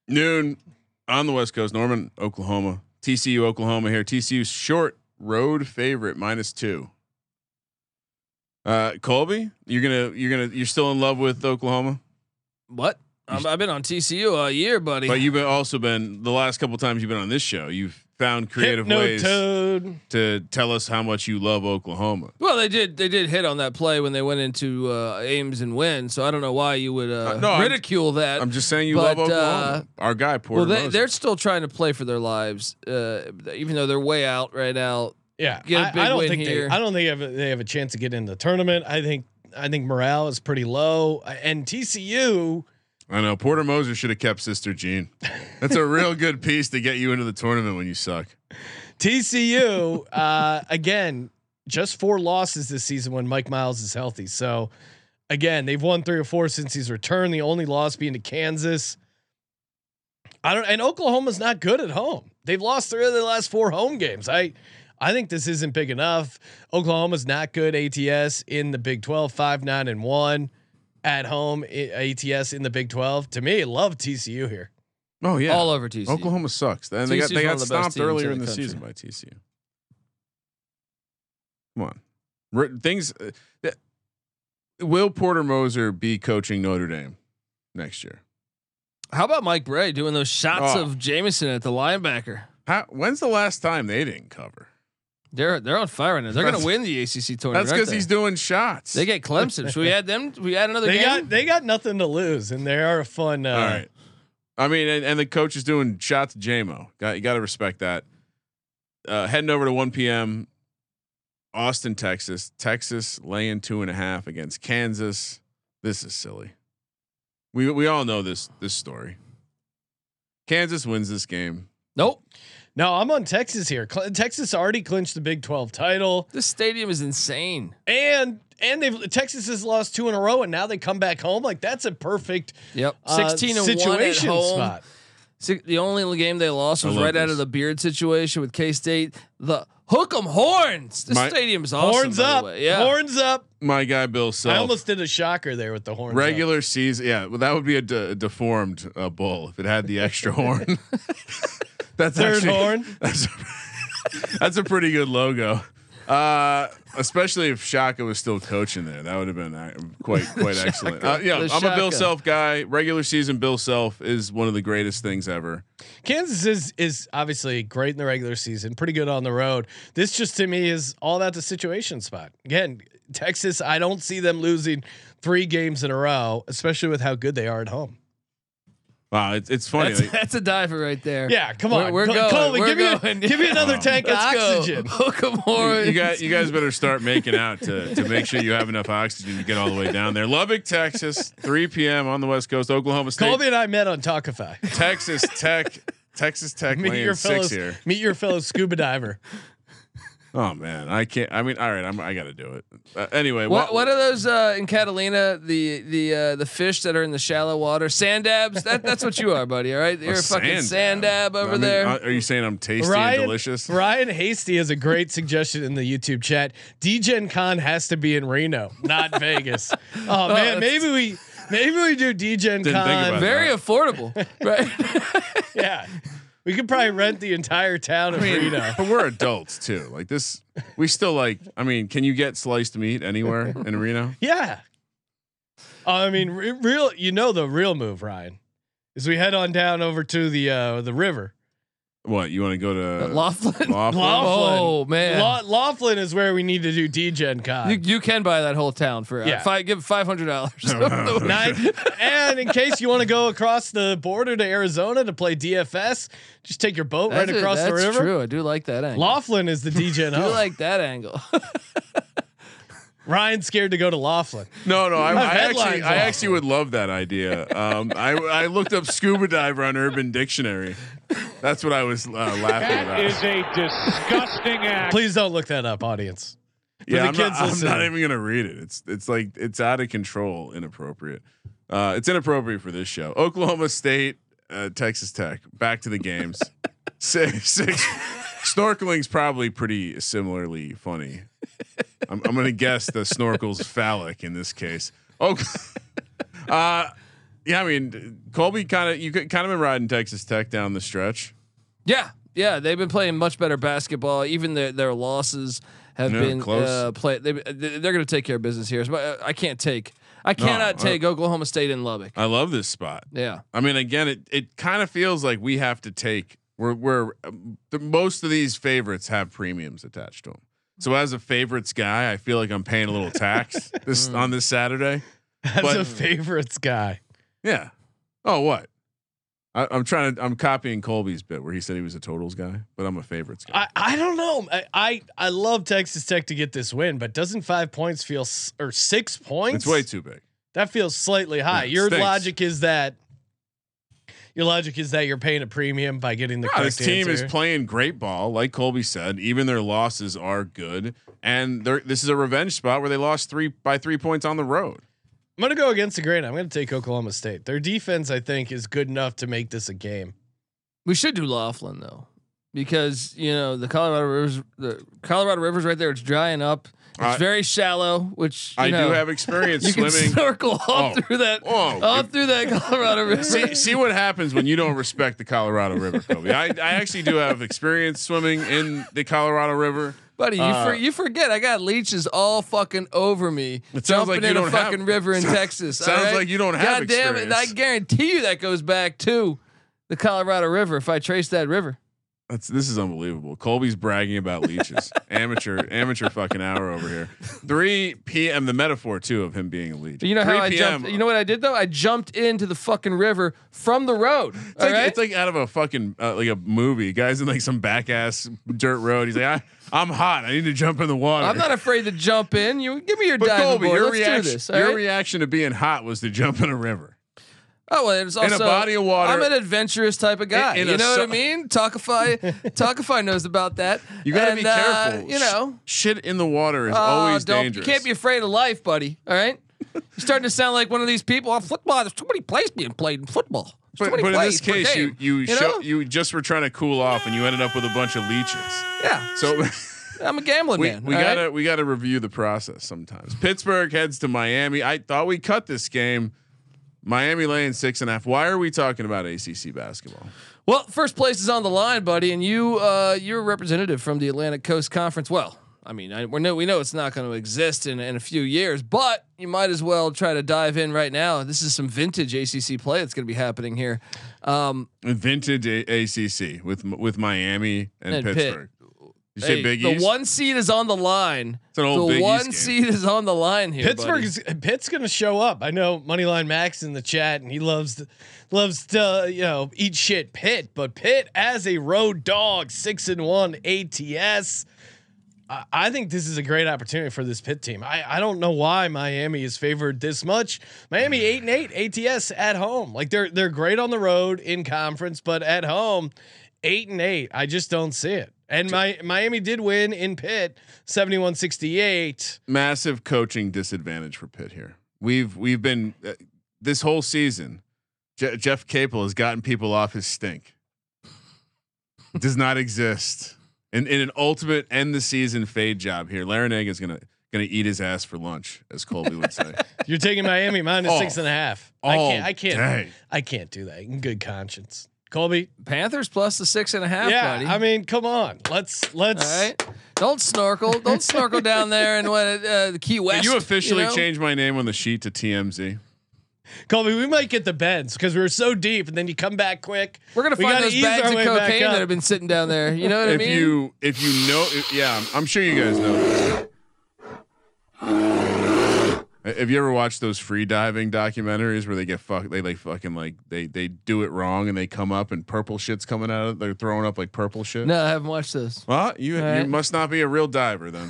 noon on the West Coast. Norman, Oklahoma, TCU, Oklahoma here. TCU short road favorite minus two. Uh, Colby, you're gonna you're gonna you're still in love with Oklahoma,
What? I'm, I've been on TCU all year, buddy.
but you've been also been the last couple times you've been on this show. You've found creative ways
Hypnotoad.
to tell us how much you love Oklahoma.
well, they did. They did hit on that play when they went into uh, Ames and win. So I don't know why you would uh,
Uh, no, I'm-
ridicule that.
I'm just saying you
But, uh,
love Oklahoma. Our guy Porter.
well, they,
Moses.
they're still trying to play for their lives, uh, even though they're way out right now.
Yeah,
Get a
I,
big
I don't
win
think
here.
they. I don't think they have, a, they have a chance to get in the tournament. I think. I think morale is pretty low, and TCU.
I know Porter Moser should have kept Sister Jean. That's a real good piece to get you into the tournament when you suck.
TCU uh, again, just four losses this season when Mike Miles is healthy. So again, they've won three or four since he's returned. The only loss being to Kansas. I don't, and Oklahoma's not good at home. They've lost three of their last four home games. I, I think this isn't big enough. Oklahoma's not good ATS in the Big 12, five, nine, and one at home I- ATS in the Big 12. To me, love TCU here.
Oh yeah,
All over TCU.
Oklahoma sucks. Then they got
TCU 's
they
one
got
of the best
stomped
teams
earlier
in
in
the
the
country.
season by TCU. Come on, Re- things. Uh, th- will Porter Moser be coaching Notre Dame next year?
How about Mike Bray doing those shots
Oh.
of Jameson at the linebacker?
How, when's the last time they didn't cover?
They're they're on fire right now. They're going
That's-
to win the ACC tournament.
That's
aren't
because
they?
he's doing shots.
They get Clemson. Should we add them? We add another
They
game.
got they got nothing to lose, and they are a fun. Uh,
All right. I mean, and, and the coach is doing shots. JMO, got, you got to respect that. Uh, heading over to 1 p.m. Austin, Texas. Texas laying two and a half against Kansas. This is silly. We we all know this this story. Kansas wins this game.
Nope.
No, I'm on Texas here. Cl- Texas already clinched the Big 12 title,
This stadium is insane.
and and they've Texas has lost two in a row, and now they come back home. Like that's a perfect
Yep.
uh,
Sixteen and one at
situation
home.
spot.
Si- the only game they lost
I
was
love
right out
this.
of the Beard situation with K State. The hook 'em horns. This
My-
stadium's awesome.
Horns
by the
up,
way. Yeah.
horns up.
My guy Bill
I
Self.
almost did a shocker there with the horns. up.
regular season. Yeah, well, that would be a de- deformed uh, bull if it had the extra horn. that's
Third
actually-
horn.
That's a, that's a pretty good logo. Uh, especially if Shaka was still coaching there, that would have been uh, quite quite excellent. Uh, yeah, I'm
The
a Bill
Shaka.
Self guy. Regular season Bill Self is one of the greatest things ever.
Kansas is is obviously great in the regular season, pretty good on the road. This just to me is all about the situation spot. Again, Texas, I don't see them losing three games in a row, especially with how good they are at home.
Wow, it's it's funny.
That's,
like,
that's a diver right there.
Yeah, come
We're-
on.
We're,
Col-
going.
Colby,
we're
give me a-
going.
give me another tank of
Let's go.
oxygen.
Hook 'em horns.
you guys, you guys better start making out to, to make sure you have enough oxygen to get all the way down there. Lubbock, Texas, 3 p.m. on the West Coast. Oklahoma State,
Colby and I met on Talkify.
Texas Tech, Texas Tech
Meet your
laying
fellow
six here.
meet your fellow scuba diver.
Oh man, I can't. I mean, all right, I'm, I got to do it. Uh, anyway,
What what are those uh, in Catalina? The the uh, the fish that are in the shallow water, sand dabs. That that's what you are, buddy. All right, you're a, fucking sand dab over
I mean,
there.
uh, Are you saying I'm tasty and delicious?
Ryan Hasty has a great suggestion in the YouTube chat. DGen Con has to be in Reno, not Vegas. Oh man,
that's-
maybe we maybe we do DGen
think
Con.
about it.
Very affordable, right?
Yeah. We could probably rent the entire town of
I mean,
Reno.
but we're adults too. Like this, we still like. I mean, can you get sliced meat anywhere in Reno?
Yeah. Oh, I mean, re- real you know the real move, Ryan, is we head on down over to the uh the river.
What you want to go to?
Laughlin.
Laughlin?
Laughlin.
Oh man,
La- Laughlin is where we need to do DGen Con.
you, you can buy that whole town for uh,
Yeah.
five. Give five hundred dollars.
Nine. and in case you want to go across the border to Arizona to play DFS, just take your boat right across
that's
the river.
true. I do like that angle.
Laughlin is the DGen.
I do
hub.
like that angle.
Ryan's scared to go to Laughlin.
No, no, I, I
headlines
actually, I
off.
actually would love that idea. Um, I, I looked up scuba diver on Urban Dictionary. That's what I was uh, laughing about.
a disgusting act.
Please don't look that up, audience.
yeah,
the
I'm,
kids
not, I'm
listening.
not even gonna read it. It's it's like it's out of control, inappropriate. Uh, it's inappropriate for this show. Oklahoma State, uh, Texas Tech. Back to the games. six, six. Snorkeling's probably pretty similarly funny. I'm, I'm gonna guess the snorkel's phallic in this case. Oh, uh, yeah. I mean, Colby kind of you kind of been riding Texas Tech down the stretch.
yeah, yeah. They've been playing much better basketball. Even their their losses have
Yeah,
been
close.
Uh, play. They, they're going to take care of business here. But uh, I can't take. I cannot
uh,
take Oklahoma State and Lubbock.
I love this spot.
yeah.
I mean, again, it it kind of feels like we have to take we're we're um, the, most of these favorites have premiums attached to them. So as a favorites guy, I feel like I'm paying a little tax this on this Saturday.
As
But-
a favorites guy.
Yeah. Oh, what? I, I'm trying to. I'm copying Colby's bit where he said he was a totals guy, but I'm a favorites guy.
I, I don't know. I, I I love Texas Tech to get this win, but doesn't five points feel s- or six points?
it's way too big.
That feels slightly high.
Yeah, it
Your
stinks.
logic is that your logic is that you're paying a premium by getting the
Yeah, this
correct
team is
answer.
playing great ball, like Colby said. Even their losses are good, and they're, this is a revenge spot where they lost three by three points on the road.
I'm gonna go against the grain. I'm gonna take Oklahoma State. Their defense, I think, is good enough to make this a game.
We should do Laughlin though, because you know the Colorado Rivers, the Colorado Rivers right there. It's drying up. It's
I-
very shallow, which you
I
know,
do have experience
You can
swimming.
snorkel
Oh.
up through that,
Oh,
up
if-
through that Colorado River.
see, see what happens when you don't respect the Colorado River, Kobe. I, I actually do have experience swimming in the Colorado River.
buddy, you,
uh,
for, you forget I got leeches all fucking over me.
It sounds like
jumping
you
in
don't
a
have-
fucking river in Texas. all
sounds
right?
like you don't have
God damn it! and I
experience.
guarantee you that goes back to the Colorado River. If I trace that river,
That's this is unbelievable. Colby's bragging about leeches. amateur, amateur fucking hour over here. 3 p.m. The metaphor too of him being a leech.
But you know how
3
I
p.m..
jumped. You know what I did though? I jumped into the fucking river from the road.
It's like, it's like out of a fucking uh, like a movie. Guys in like some back ass dirt road. He's like, I, I'm hot. I need to jump in the water.
I'm not afraid to jump in. You give me your
But
diving
Colby,
board.
your
Let's
reaction,
do this. all
your
right?
reaction to being hot was to jump in a river.
oh well, it's
in
also
a body of water-
I'm an adventurous type of guy.
in
you
a
know
so-
what I mean? Talkify, Talkify knows about that.
You got to be
And, uh,
careful.
you know,
Sh- shit in the water is
oh,
always
don't-
dangerous.
You can't be afraid of life, buddy. All right. You're starting to sound like one of these people. Oh, football. There's too many plays being played in football. There's
But,
too many
but in
plays
this
per
case, you
game."
you
You
sho-
know?
you just were trying to cool off, and you ended up with a bunch of leeches.
yeah.
So
I'm a gambling
we,
man.
we
all right?
gotta we gotta review the process sometimes. Pittsburgh heads to Miami. I thought we cut this game. Miami laying six and a half. Why are we talking about ACC basketball?
Well, first place is on the line, buddy, and you uh, you're a representative from the Atlantic Coast Conference. Well, I mean, I, we know we know it's not going to exist in, in a few years, but you might as well try to dive in right now. This is some vintage ACC play that's going to be happening here. Um,
Vintage A- ACC with with Miami and,
And Pitt.
Pittsburgh. You say
hey,
Big
the
East?
one seed is on the line.
It's an old
the
Big East
one
game.
seed is on the line here.
Pittsburgh
buddy.
is Pitt's gonna show up. I know Moneyline Max in the chat, and he loves to, loves to you know eat shit Pitt, but Pitt as a road dog, six and one ATS. I, I think this is a great opportunity for this Pitt team. I, I don't know why Miami is favored this much. Miami eight and eight ATS at home. Like they're they're great on the road in conference, but at home eight and eight. I just don't see it. And my Miami did win in Pitt 71-68.
massive coaching disadvantage for Pitt here. We've we've been uh, this whole season. Je- Jeff Capel has gotten people off his stink. It Does not exist. And in an ultimate end the season fade job here, Larinaga is gonna gonna eat his ass for lunch, as Colby would say.
You're taking Miami minus
Oh.
six and a half. I
All
can't. I can't.
day.
I can't do that in good conscience. Colby.
Panthers plus the six and a half.
yeah.
buddy.
I mean, come on. Let's let's.
all right. Don't snorkel. Don't snorkel down there and when uh, the Key
Will
West.
you officially
know?
change my name on the sheet to TMZ?
Colby, we might get the bends because we were so deep, and then you come back quick.
We're gonna
We
find
gotta
those
ease our
bags of
way back
cocaine
up.
that have been sitting down there. You know what I
If
mean?
you if you know, if- yeah, I'm- I'm sure you guys know. This. Have you ever watched those free diving documentaries where they get fucked? They like fucking like they they do it wrong and they come up and purple shit's coming out. of They're throwing up like purple shit.
no, I haven't watched this.
Well, you
All
you
right.
must not be a real diver then.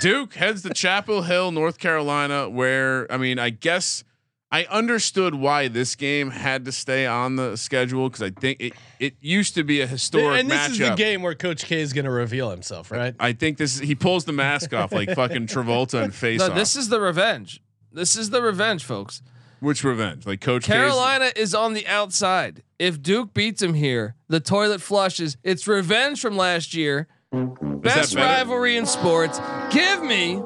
Duke heads to Chapel Hill, North Carolina, where I mean, I guess I understood why this game had to stay on the schedule because I think it it used to be a historic
And this
matchup.
is the game where Coach K is gonna reveal himself, right?
I think this is he pulls the mask off like fucking Travolta and face
No,
off.
this is the revenge. This is the revenge, folks.
Which revenge? Like Coach K's-
Carolina is on the outside. If Duke beats him here, the toilet flushes. It's revenge from last year. Best
better?
rivalry in sports. Give me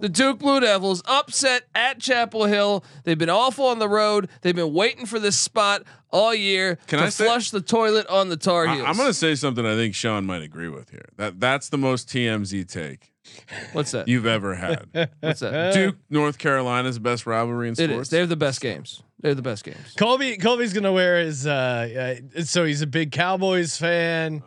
the Duke Blue Devils upset at Chapel Hill. They've been awful on the road. They've been waiting for this spot all year
Can
to
I say-
flush the toilet on the Tar
I,
Heels.
am gonna say something I think Sean might agree with here. That that's the most TMZ take
What's that?
you've ever had.
What's that?
Duke, North Carolina's best rivalry in
It
sports.
is. They're the best games. They're the best games.
Colby. Colby's gonna wear his. Uh, uh, so he's a big Cowboys fan.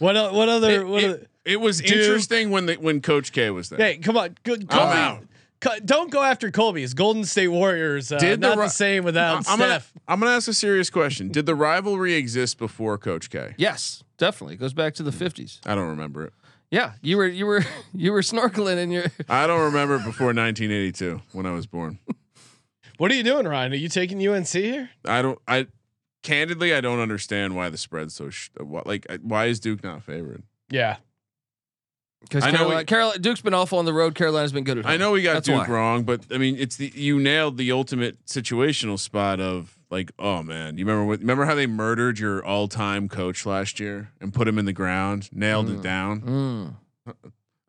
What? o- What other?
it,
what
it-
other
it was
Duke-
interesting when the when Coach K was there.
hey, come on, Good- Colby.
out.
co- Don't go after Colby. His Golden State Warriors. Uh,
Did the
not
Ro-
the same
I-
um,
without
I'm gonna
Steph.
I'm gonna ask a serious question. Did the rivalry exist before Coach K?
Yes, definitely. It goes back to the 50s.
I don't remember it.
Yeah, you were you were you were snorkeling in your
I don't remember it before 1982 when I was born.
What are you doing, Ryan? Are you taking UNC here?
I don't. I candidly, I don't understand why the spread's so sh- wh- like I- why is Duke not favored?
Yeah.
Because
I know
Carolina,
we-
Caroli- Duke's been awful on the road. Carolina's been good at home.
I know we got
That's
Duke
why.
wrong, but I mean, it's the you nailed the ultimate situational spot of like, oh man, you remember what, remember how they murdered your all-time coach last year and put him in the ground, nailed it down.
Mm.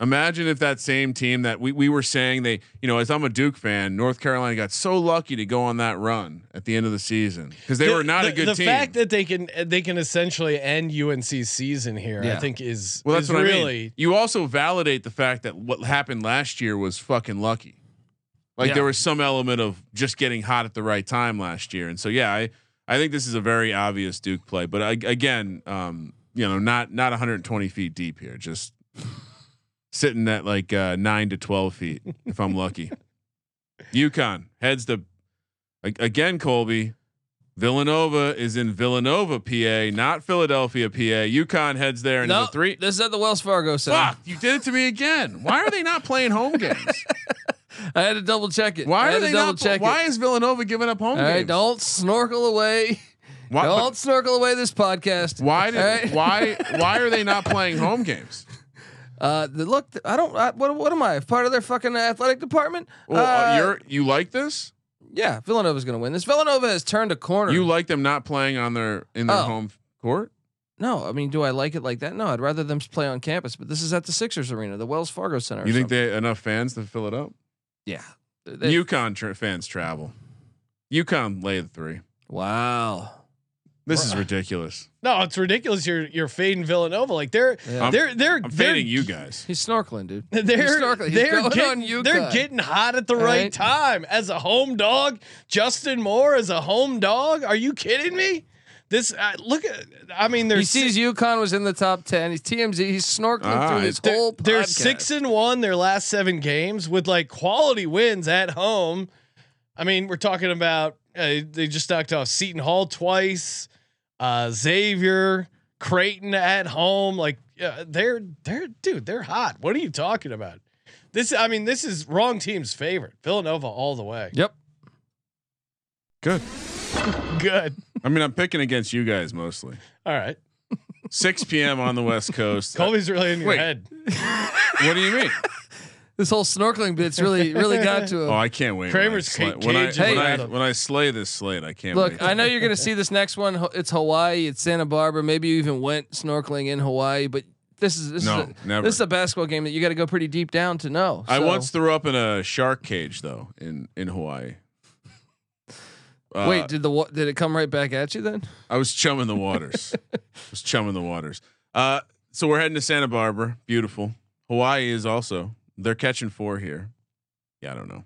Imagine if that same team that we, we were saying they, you know, as I'm a Duke fan, North Carolina got so lucky to go on that run at the end of the season because they
The-
were not
the,
a good
the
team.
fact that they can uh, they can essentially end UNC's season here, I
Yeah.
think, is
well, that's
is
what
really
I mean. You also validate the fact that what happened last year was fucking lucky. Like
Yeah.
there was some element of just getting hot at the right time last year, and so yeah, I I think this is a very obvious Duke play, but I, again, um, you know, not not 120 feet deep here, just sitting at like uh, nine to 12 feet if I'm lucky. UConn heads to a- again, Colby. Villanova is in Villanova, PA, not Philadelphia, PA. UConn heads there and
No,
it's a three.
This is at the Wells Fargo Center.
Fuck, you did it to me again. Why are they not playing home games?
I had to double check it. I
Why
had
are
to
they
double
not?
check
why
it?
is Villanova giving up home
All right,
games?
don't snorkel away.
why, but
don't snorkel away this podcast.
why did
All right.
why why are they not playing home games?
Uh, the, look, th- I don't. I, what, what am I? Part of their fucking athletic department?
Well, uh,
Uh,
you're you like this?
yeah, Villanova's going to win this. Villanova has turned a corner.
You like them not playing on their in their
Oh.
home court?
no, I mean, do I like it like that? No, I'd rather them play on campus. But this is at the Sixers Arena, the Wells Fargo Center. or
You think
something.
they enough fans to fill it up?
Yeah. They- they-
UConn tra- fans travel. UConn lay the three.
wow.
This is ridiculous.
no, it's ridiculous. You're you're fading Villanova like they're
Yeah.
they're they're
I'm
they're
fading you guys.
He's snorkeling, dude.
They're
He's snorkeling. He's
they're
going
getting,
on
they're
UConn.
getting hot at the
All
right,
right.
time as a home dog. Justin Moore as a home dog. Are you kidding me? This uh, look at. I mean, they're
He sees UConn was in the top ten. He's TMZ. He's snorkeling
Ah,
through this
they're-
whole.
they're
podcast.
six and one their last seven games with like quality wins at home. I mean, we're talking about uh, they just knocked off Seton Hall twice, uh, Xavier, Creighton at home. Like uh, they're they're dude, they're hot. What are you talking about? This I mean, this is wrong team's favorite. Villanova all the way.
Yep.
Good.
Good.
I mean, I'm picking against you guys mostly.
All right.
6 p.m. on the West Coast.
Colby's really in your
Wait.
head.
what do you mean?
This whole snorkeling bit's really, really got to him.
Oh, I can't wait.
Kramer's
when I,
ca-
slay, when, I,
cage
is
when, I,
rattled.
when I slay this slate, I can't
Look,
wait.
I know you're going to see this next one. Ho- It's Hawaii. It's Santa Barbara. Maybe you even went snorkeling in Hawaii, but this is this
No,
is a,
never.
this is a basketball game that you got to go pretty deep down to know.
I
So,
once threw up in a shark cage though in in Hawaii. Uh,
wait. Did the wa- did it come right back at you then?
I was chumming the waters. I was chumming the waters. Uh, so we're heading to Santa Barbara. Beautiful. Hawaii is also. They're catching four here. Yeah, I don't know.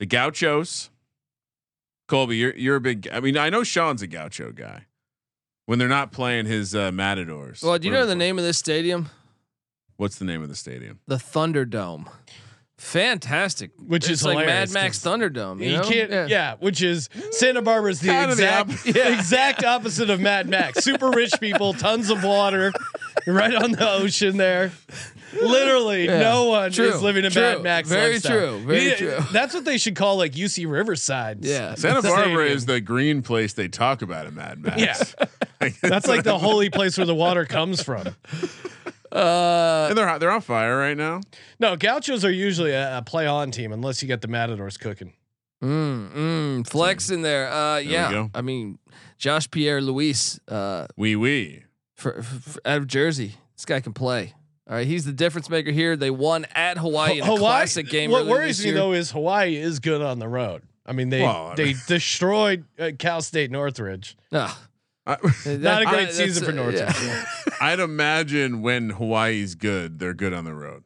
The Gauchos. Colby, you're you're a big. I mean, I know Sean's a Gaucho guy. When they're not playing his uh, Matadors.
Well, do you
Whatever
know the
fuck-
name of this stadium?
What's the name of the stadium?
The Thunderdome. Fantastic.
Which
It's
is
like
hilarious
Mad Max Thunderdome. You,
You,
know?
can't, yeah. which is Santa Barbara's the
Kinda the
exact exact opposite of Mad Max. Super rich people, tons of water, right on the ocean there. Literally,
Yeah.
no one
True.
is living a
True.
Mad Max.
Very
lifestyle.
true. Very
Yeah,
true.
That's what they should call like UC Riverside.
Yeah.
Santa Barbara
Stadium.
is the green place they talk about in Mad Max.
Yeah. that's like the holy place where the water comes from.
Uh,
And they're hot- they're on fire right now.
No, Gauchos are usually a, a play on team unless you get the Matadors cooking.
mm, mm, flex in there. Uh,
we
yeah.
go.
I mean, Josh Pierre Louis uh,
Wee wee.
for, for, out of Jersey. This guy can play. All right, he's the difference maker here. They won at Hawaii in a classic game.
What
earlier
worries
this
me
year.
though is Hawaii is good on the road. I mean, they
Well, I
they
mean-
destroyed uh, Cal State Northridge.
Ah,
I-
that-
Not a great
I-
season
that's,
for
uh,
Northridge.
yeah.
I'd imagine when Hawaii's good, they're good on the road.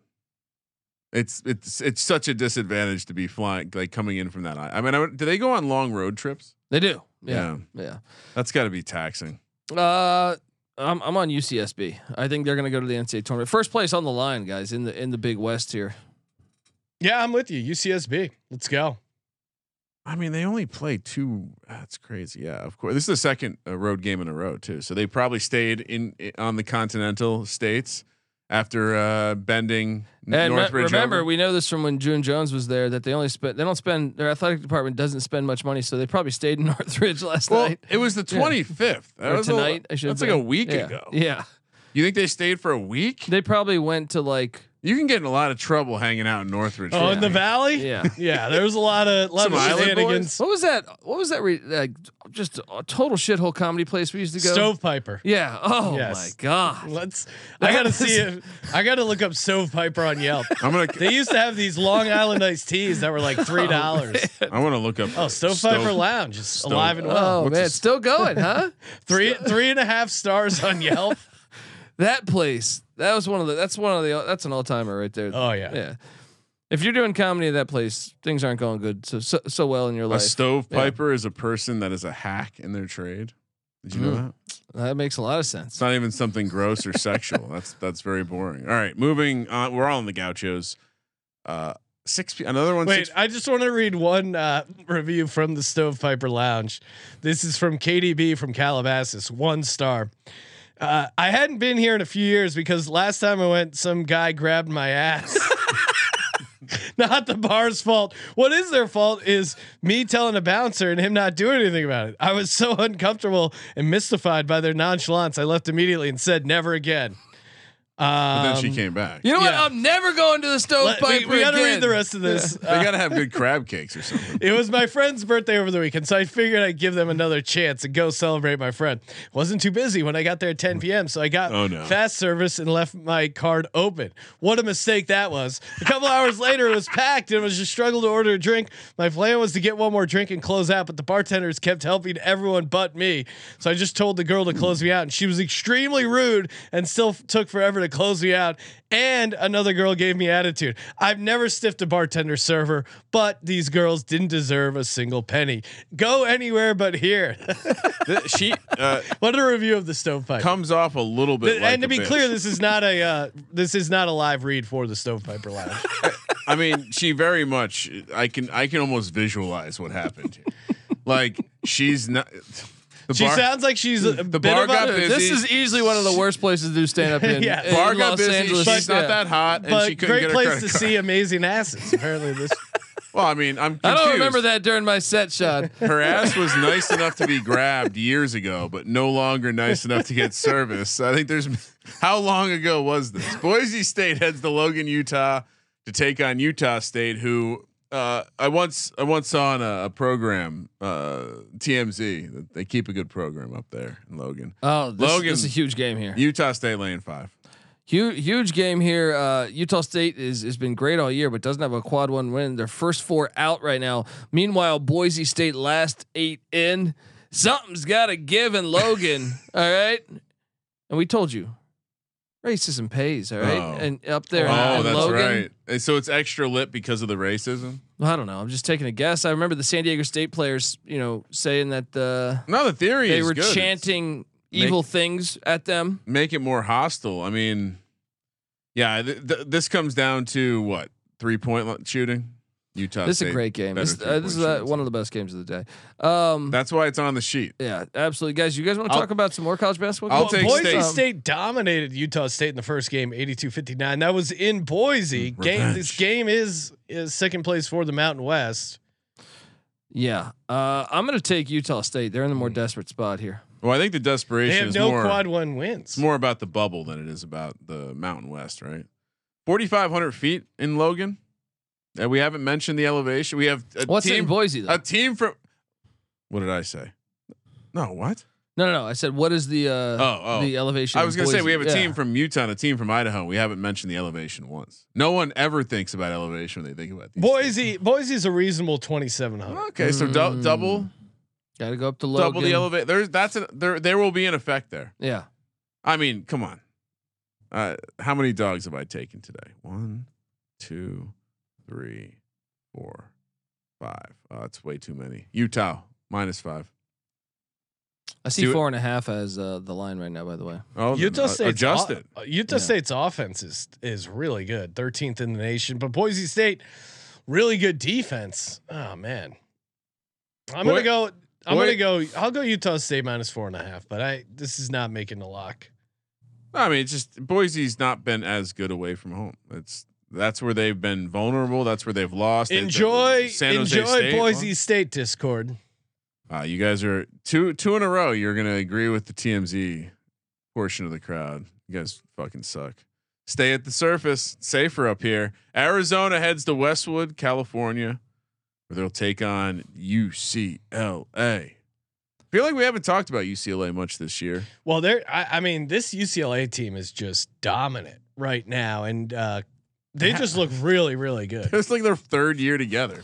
It's it's it's such a disadvantage to be flying like coming in from that. i- I mean, I, would- do they go on long road trips?
They do. Yeah, yeah.
that's got to be taxing.
Uh, I'm I'm on UCSB. I think they're going to go to the NCAA tournament. First place on the line, guys, in the in the Big West here.
Yeah, I'm with you. UCSB. Let's go.
I mean, they only play two. That's crazy. Yeah, of course. This is the second uh, road game in a row too. So they probably stayed in i- on the continental states after uh, bending n-
And me-
Northridge.
remember,
over.
we know this from when June Jones was there that they only spent they don't spend their athletic department doesn't spend much money, so they probably stayed in Northridge last
Well,
night
it was the 25th. That
or
was a-
tonight. I should
that's
say.
like a week
Yeah.
ago.
Yeah,
You think they stayed for a week?
they probably went to like
You can get in a lot of trouble hanging out in Northridge.
Oh,
for
in
a
the
week.
valley.
Yeah.
yeah. There was a lot of lot
Some
of
island
shenanigans.
what was that? What was that? Re, like just a total shithole comedy place we used to go.
Stovepiper.
Yeah. Oh
Yes.
my god.
Let's. I gotta see if I gotta look up Stovepiper on Yelp.
I'm gonna.
They used to have these Long Island iced teas that were
Oh,
like three dollars.
I want to look up.
Oh, Stovepiper
Stove-
Lounge is alive and well.
Oh
What's
man,
a
it's still going, huh?
Three three and a half stars on Yelp.
that place. That was one of the. That's one of the. That's an all timer right there.
Oh, yeah.
Yeah. If you're doing comedy at that place, things aren't going good so so, so well in your
A
life.
stovepiper is a person that is a hack in their trade. Did you know
Mm.
that?
that makes a lot of sense.
It's not even something gross or sexual. That's that's very boring. All right, moving on. We're all in the gauchos. Uh, six. P- another one.
Wait,
six,
I just want to read one uh, review from the Stovepiper Lounge. This is from KDB from Calabasas, one star. Uh, I hadn't been here in a few years because last time I went, some guy grabbed my ass. not the bar's fault. What is their fault is me telling a bouncer and him not doing anything about it. I was so uncomfortable and mystified by their nonchalance. I left immediately and said, never again.
but then she came back.
um, You know
Yeah.
what? I'm never going to the
Let- we
stovepiper.
we got to
again.
read the rest of this. uh,
they gotta have good crab cakes or something.
It was my friend's birthday over the weekend, so I figured I'd give them another chance and go celebrate my friend. Wasn't too busy when I got there at 10 p.m., so I got
Oh, no.
fast service and left my card open. What a mistake that was. A couple hours later, it was packed and it was just struggle to order a drink. My plan was to get one more drink and close out, but the bartenders kept helping everyone but me. So I just told the girl to close me out, and she was extremely rude and still f- took forever to close me out. And another girl gave me attitude. I've never stiffed a bartender server, but these girls didn't deserve a single penny. Go anywhere but here.
Th- she uh,
what a review of the stovepipe.
comes off a little bit.
and
like
to
a
be
bitch.
clear, this is not a uh, this is not a live read for the Stovepiper Lounge.
I mean, she very much. I can I can almost visualize what happened. Here. Like she's not. The
she
bar-
sounds like she's a
The
bit
bar
of
got
a,
busy.
This is easily one of the worst places to do stand up in,
Yeah.
in
bar got
Los
busy.
Angeles.
She's not
Yeah.
that hot, and she
but
couldn't
great
get her
place
credit
to
card.
see amazing asses. Apparently, this
Well, I mean, I'm. Confused.
I don't remember that during my set shot.
Her ass was nice enough to be grabbed years ago, but no longer nice enough to get service. I think there's. How long ago was this? Boise State heads to Logan, Utah, to take on Utah State, who uh, I once I once saw on a, a program, uh, TMZ. that They keep a good program up there in Logan.
Oh, this,
Logan.
this is a huge game here.
Utah State laying five.
Huge, huge game here. Uh, Utah State is has been great all year, but doesn't have a quad one win. Their first four out right now. Meanwhile, Boise State last eight in. Something's got to give in Logan. all right, and we told you, racism pays. All right,
Oh.
and up there,
Oh,
in
that's
Logan,
right. And So it's extra lit because of the racism.
I don't know. I'm just taking a guess. I remember the San Diego State players, you know, saying that uh,
No, the theory
they
is
were
good. It's-
chanting evil things at them.
make it more hostile. I mean, yeah, th- th- this comes down to what three point li- shooting. Utah.
This is a
State
great game.
better
This, uh,
three-point
this is uh,
shooting.
one of the best games of the day. Um,
That's why it's on the sheet.
Yeah, absolutely, guys. You guys want to
I'll-
talk about some more college basketball?
I'll
games?
take
Boise
State.
State. dominated Utah State in the first game, 82-59. That was in Boise. Game, this
Mm, Revenge.
game is, is second place for the Mountain West.
Yeah, uh, I'm going to take Utah State. They're in the more desperate spot here.
Well, I think the
They
desperation
have
is
no
more
quad one wins.
it's more about the bubble than it is about the Mountain West, right? Forty five hundred feet in Logan. And we haven't mentioned the elevation. We have a
What's
team
in Boise though?
a team from. What did I say? No, what?
no, no, no. I said, what is the uh,
Oh, oh.
the elevation?
I was
in
going to say
Boise?
we have a
Yeah.
team from Utah and a team from Idaho. We haven't mentioned the elevation once. No one ever thinks about elevation when they think about these things.
Boise, Boise's a reasonable twenty seven hundred.
Okay, so dou-
Hmm,
Mm.
double,
Got to go up to Logan.
double the elevate. There's that's an, there. There will be an effect there.
Yeah,
I mean, come on. Uh, how many dogs have I taken today? One, two, three, four, five. Oh, that's way too many. Utah minus five.
I see
Do it.
four and a half as uh, the line right now. By the way,
Oh, then,
Utah
uh,
State's
adjust
o-
it.
uh, Utah
Yeah.
State's offense is is really good, thirteenth in the nation. But Boise State, really good defense. Oh man, I'm gonna
Boy-
go. I'm gonna
boy-
go. I'll go Utah State minus four and a half. But I this is not making the lock.
I mean, it's just Boise's not been as good away from home. It's that's where they've been vulnerable. That's where they've lost. They've been-
Enjoy,
uh, San Jose
enjoy
State, well,
Boise State Discord.
Wow, Uh, you guys are two two in a row. You're gonna agree with the TMZ portion of the crowd. You guys fucking suck. Stay at the surface. Safer up here. Arizona heads to Westwood, California, where they'll take on UCLA. Feel like we haven't talked about UCLA much this year.
Well, there. I, I mean, this UCLA team is just dominant right now, and uh, they just look really, really good.
It's like their third year together.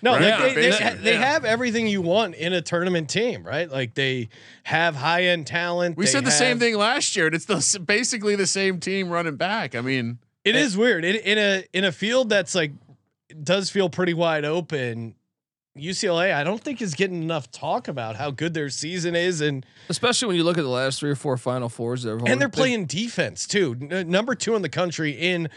No, they,
Right?
they, they,
Yeah.
they have everything you want in a tournament team, right? Like they have high end talent.
We
they
said the same
have-
thing last year, and it's the, s- basically the same team running back. I mean,
It is weird. In, in a in a field that's like does feel pretty wide open. UCLA, I don't think is getting enough talk about how good their season is, and
Especially when you look at the last three or four Final Fours. that everyone-
and they're
they-
playing defense too. N- number two in the country in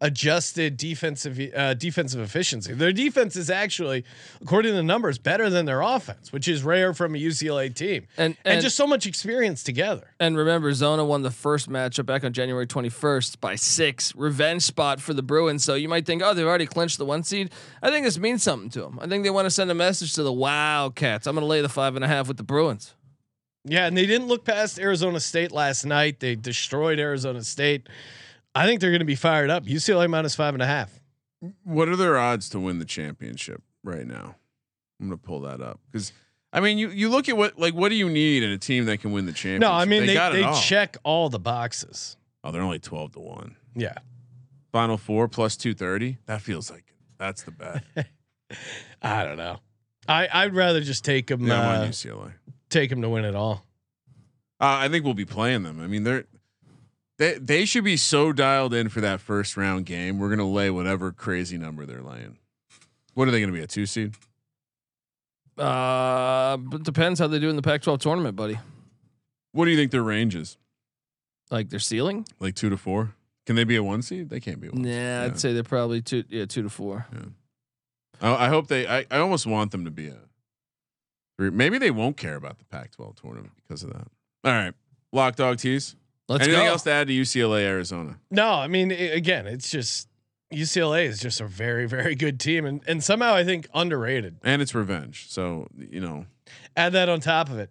adjusted defensive uh, defensive efficiency. Their defense is actually, according to the numbers, better than their offense, which is rare from a UCLA team.
And-
and
and-
just so much experience together.
And remember, Zona won the first matchup back on January 21st by six. Revenge spot for the Bruins. So you might think, oh, they've already clinched the one seed. I think this means something to them. I think they want to send a message to the Wildcats. I'm going to lay the five and a half with the Bruins.
Yeah, and they didn't look past Arizona State last night. They destroyed Arizona State. I think they're going to be fired up. UCLA minus five and a half.
what are their odds to win the championship right now? I'm gonna pull that up because I mean, you you look at what like what do you need in a team that can win the championship?
No, I mean they
got
they,
it all.
check all the boxes.
Oh, they're only twelve to one.
Yeah,
Final four plus two thirty. That feels like that's the bet.
I don't know. I I'd rather just take them
Yeah, I'm
uh,
on UCLA.
take them to win it all.
Uh, I think we'll be playing them. I mean, they're they they should be so dialed in for that first round game. We're gonna lay whatever crazy number they're laying. What are they gonna be a two seed?
Uh, but depends how they do in the Pac 12 tournament, buddy.
What do you think their range is?
Like their ceiling?
Like two to four? Can they be a one seed? They can't be a one.
Nah,
Yeah.
I'd say they're probably two, yeah, two to four.
I, I hope they. I, I almost want them to be a. three. Maybe they won't care about the Pac-12 tournament because of that. All right, lock dog tease.
Let's
Anything
go.
else to add to UCLA Arizona?
No, I mean i again, it's just UCLA is just a very very good team, and and somehow I think underrated.
And it's revenge, so you know.
Add that on top of it.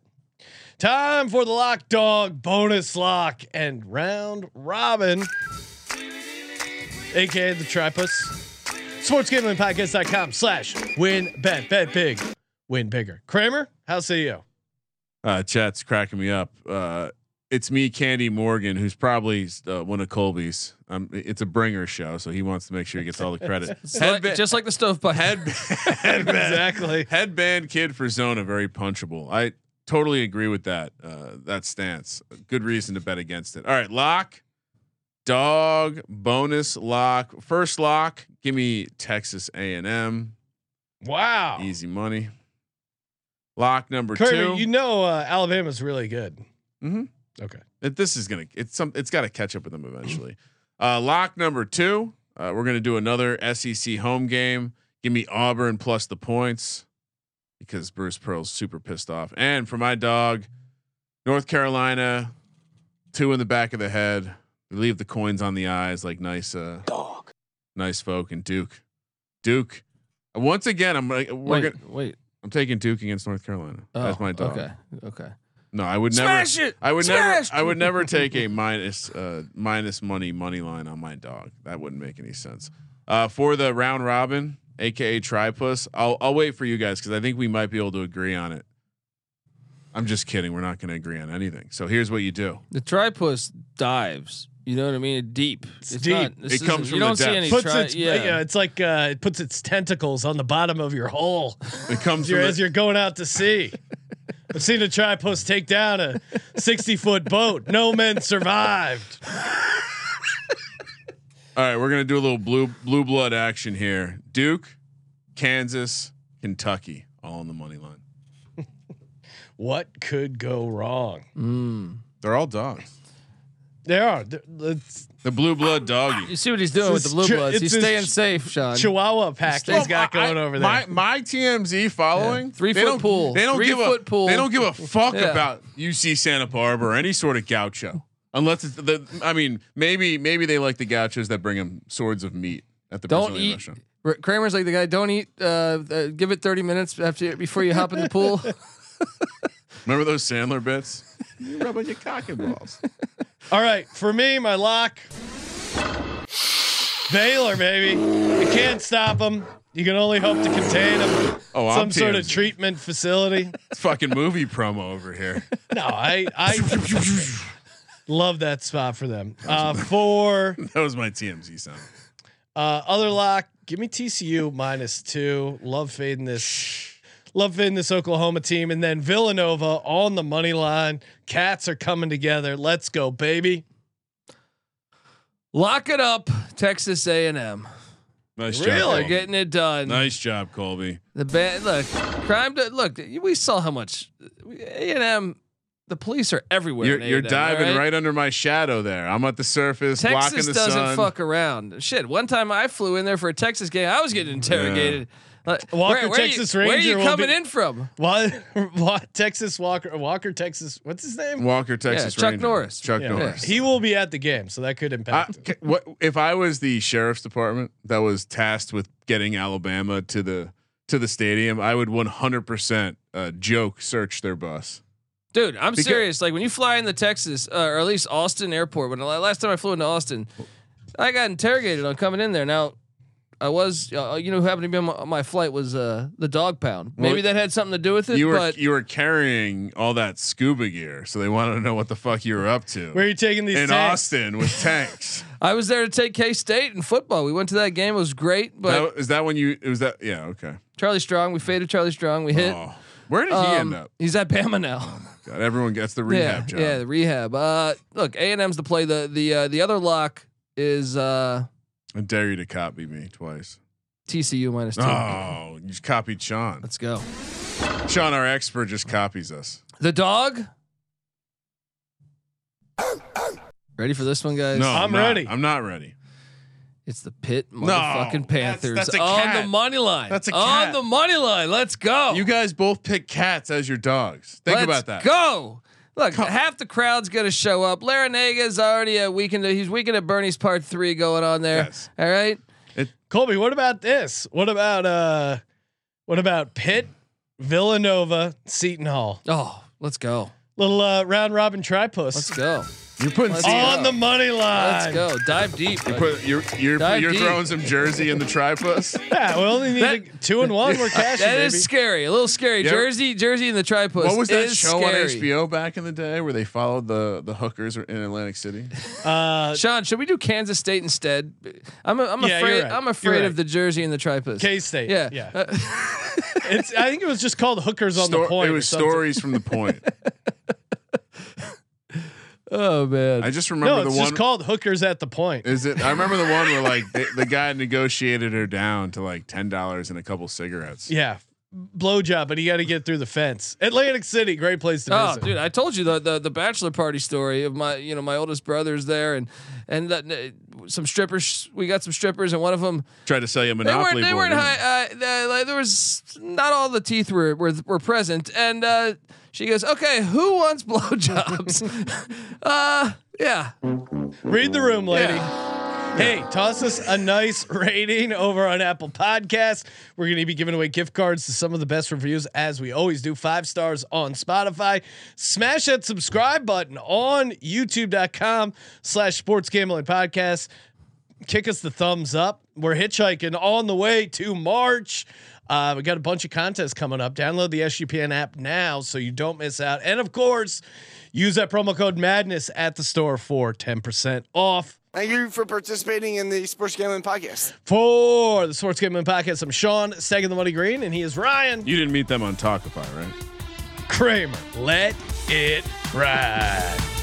Time for the lock dog bonus lock and round robin, aka the tripus. Sportsgamblingpodcast.com slash win bet bet big win bigger. Kramer, how say you?
Uh, chat's cracking me up. Uh, it's me, Candy Morgan, who's probably uh, one of Colby's. Um, it's a bringer show, so he wants to make sure he gets all the credit.
Like-
Headba-
just like the stovepipe.
headband,
Exactly.
Headband kid for Zona, very punchable. I totally agree with that. Uh, that stance. Good reason to bet against it. All right, lock, dog, bonus lock. First lock. Give me Texas A and M.
Wow.
Easy money. Lock number
Kramer,
two.
you know uh, Alabama's really good.
Mhm.
Okay.
It- this is gonna. It's some. It's got to catch up with them eventually. Uh, lock number two. Uh, we're gonna do another SEC home game. Give me Auburn plus the points because Bruce Pearl's super pissed off. And for my dog, North Carolina, two in the back of the head. We leave the coins on the eyes like nice, uh,
Dog.
nice folk and Duke. Duke. Once again, I'm like, we're
Wait,
gonna,
wait.
I'm taking Duke against North Carolina.
Oh,
That's my dog.
Okay. Okay.
No, I would
Smash
never.
it!
I would
Smash!
never. I would never take a minus uh, minus money money line on my dog. That wouldn't make any sense. Uh, for the round robin, aka tripus, I'll I'll wait for you guys because I think we might be able to agree on it. I'm just kidding. We're not going to agree on anything. So here's what you do.
The tripus dives. You know what I mean? Deep. It's,
deep.
Not, this
It comes
isn't-
from
you
the
don't see
depths.
any.
Puts
tri-
its yeah. it's like uh, it puts its tentacles on the bottom of your hole.
It
as
comes from
you're,
the-
as you're going out to sea. I've seen a tripos take down a 60 foot boat. No men survived.
All right, we're gonna do a little blue blue blood action here. Duke, Kansas, Kentucky, all on the money line.
What could go wrong?
They're all dogs.
There are th- it's
The blue blood doggy.
You see what he's doing with
This
the blue
chi-
bloods.
it's
He's
this
staying
ch-
safe, Sean.
Chihuahua pack
Well,
he's got
I-
going over there.
My my TMZ following
Yeah. Three
they
foot
don't-
pool.
They don't
Three
give a
foot pool.
They don't give a fuck
Yeah.
about UC Santa Barbara or any sort of gaucho. Unless it's the, I mean, maybe maybe they like the gauchos that bring them swords of meat at the
Don't
Brazilian
eat.
restaurant.
R- Kramer's like the guy. Don't eat. Uh, uh, give it thirty minutes after before you hop in the pool.
Remember those Sandler bits? You rub on your cock and balls.
All right, for me, my lock. Baylor, baby. You can't stop him. You can only hope to contain him.
Oh,
Some
I'm
sort of
TMZ.
treatment facility.
It's fucking movie promo over here.
No, I I love that spot for them. Uh, for
That was my TMZ sound.
uh, other lock, give me TCU minus two. Love fading this. Love fading this Oklahoma team, and then Villanova on the money line. Cats are coming together. Let's go, baby.
Lock it up, Texas A and M.
Nice job.
Really?
They're
Colby.
getting it done.
Oh. Nice job, Colby.
The band. Look, crime. do- Look, we saw how much A and M. The police are everywhere.
You're,
in
you're
A&M,
diving
right?
right under my shadow there. I'm at the surface, blocking
Texas
the
doesn't
sun.
fuck around. Shit, one time I flew in there for a Texas game. I was getting interrogated. Like,
Walker,
you-
Texas
Where are
Ranger
you
will
coming
be-
in from?
Why, why Texas Walker? Walker, Texas. What's his name?
Walker, Texas
Chuck
Ranger.
Norris.
Chuck
Yeah.
Norris.
He will be at the game, so that could
I,
impact.
ca- what if I was the sheriff's department that was tasked with getting Alabama to the to the stadium? I would 100% uh, joke search their bus.
Dude, I'm
Because-
serious. Like when you fly into Texas, uh, or at least Austin Airport. When the la- last time I flew into Austin, I got interrogated on coming in there. Now, I was, uh, you know, who happened to be on my, on my flight was uh, the dog pound. Maybe
Well,
that had something to do with it.
You were
but
you were carrying all that scuba gear, so they wanted to know what the fuck you were up to
Where are you taking these?
in
tanks?
Austin with tanks.
I was there to take K State in football. We went to that game. It was great. But
That- is that when you? It was that? Yeah. Okay.
Charlie Strong, we faded Charlie Strong. We hit.
Oh, where did he end
Um,
up?
he's at Bama now.
God, everyone gets the rehab
yeah,
job.
yeah, the rehab. Uh, look, A and M's the play. The the uh, the other lock is uh,
I dare you to copy me twice.
TCU minus two.
Oh, you just copied Sean.
Let's go.
Sean, our expert, just copies us.
The dog. Ready for this one, guys?
No,
I'm
not.
ready.
I'm not ready.
It's the Pitt motherfucking
that's-
Panthers
that's a
on
cat.
the money line.
That's a
on
cat.
the money line. Let's go.
You guys both pick cats as your dogs. Think
Let's
about that.
Go. Look, half the crowd's gonna show up. Larinaga is already a weekend. He's weekend at Bernie's part three going on there.
Yes.
All right.
Colby, what about this? What about uh, what about Pitt, Villanova, Seton Hall?
Oh, let's go.
Little uh, round robin tripos
Let's go.
You're putting.
Let's
seed-
on the
go.
money line.
Let's go. Dive deep. buddy.
Put, you're you're,
Dive
you're
deep.
throwing some jersey in the tripus.
Yeah, we only need
That-
a, two and one. We're cashing.
That
baby.
is scary. A little scary.
Yeah.
Jersey, Jersey, and the tripod.
What was that
is
show
scary.
on HBO back in the day where they followed the the hookers in Atlantic City?
Uh,
Sean, should we do Kansas State instead? I'm, I'm
Yeah, you're
afraid.
right.
I'm
You're
afraid
right.
of the Jersey and the tripod.
K State.
Yeah.
yeah.
Uh,
It's. I think it was just called hookers on
Sto-
the point.
it
or
was
something.
stories from the point.
oh man.
I just remember
No, it's
the
just
one.
called hookers at the point.
Is it? I remember the one where like the, the guy negotiated her down to like ten dollars and a couple cigarettes.
Yeah, blowjob, but you got to get through the fence. Atlantic City, great place to
Oh,
visit.
dude! I told you the, the the bachelor party story of my you know my oldest brother's there and and that, uh, some strippers. We got some strippers and one of them
Tried to sell you a
they
monopoly
weren't they
board.
weren't high. Uh, they, like, there was not all the teeth were were, were present, and uh, she goes, "Okay, who wants blowjobs?" uh, yeah,
Read the room, lady.
Yeah.
Hey, toss us a nice rating over on Apple Podcasts. We're going to be giving away gift cards to some of the best reviews, as we always do. Five stars on Spotify. Smash that subscribe button on youtube.com slash sports gambling podcast. Kick us the thumbs up. We're hitchhiking on the way to March. Uh, we got a bunch of contests coming up. Download the SGPN app now so you don't miss out. And of course, use that promo code MADNESS at the store for 10% off.
Thank you for participating in the Sports Gambling Podcast.
For the Sports Gambling Podcast, I'm Sean, second the money green, and he is Ryan
You didn't meet them on Talkify, right?
Kramer. Let it ride.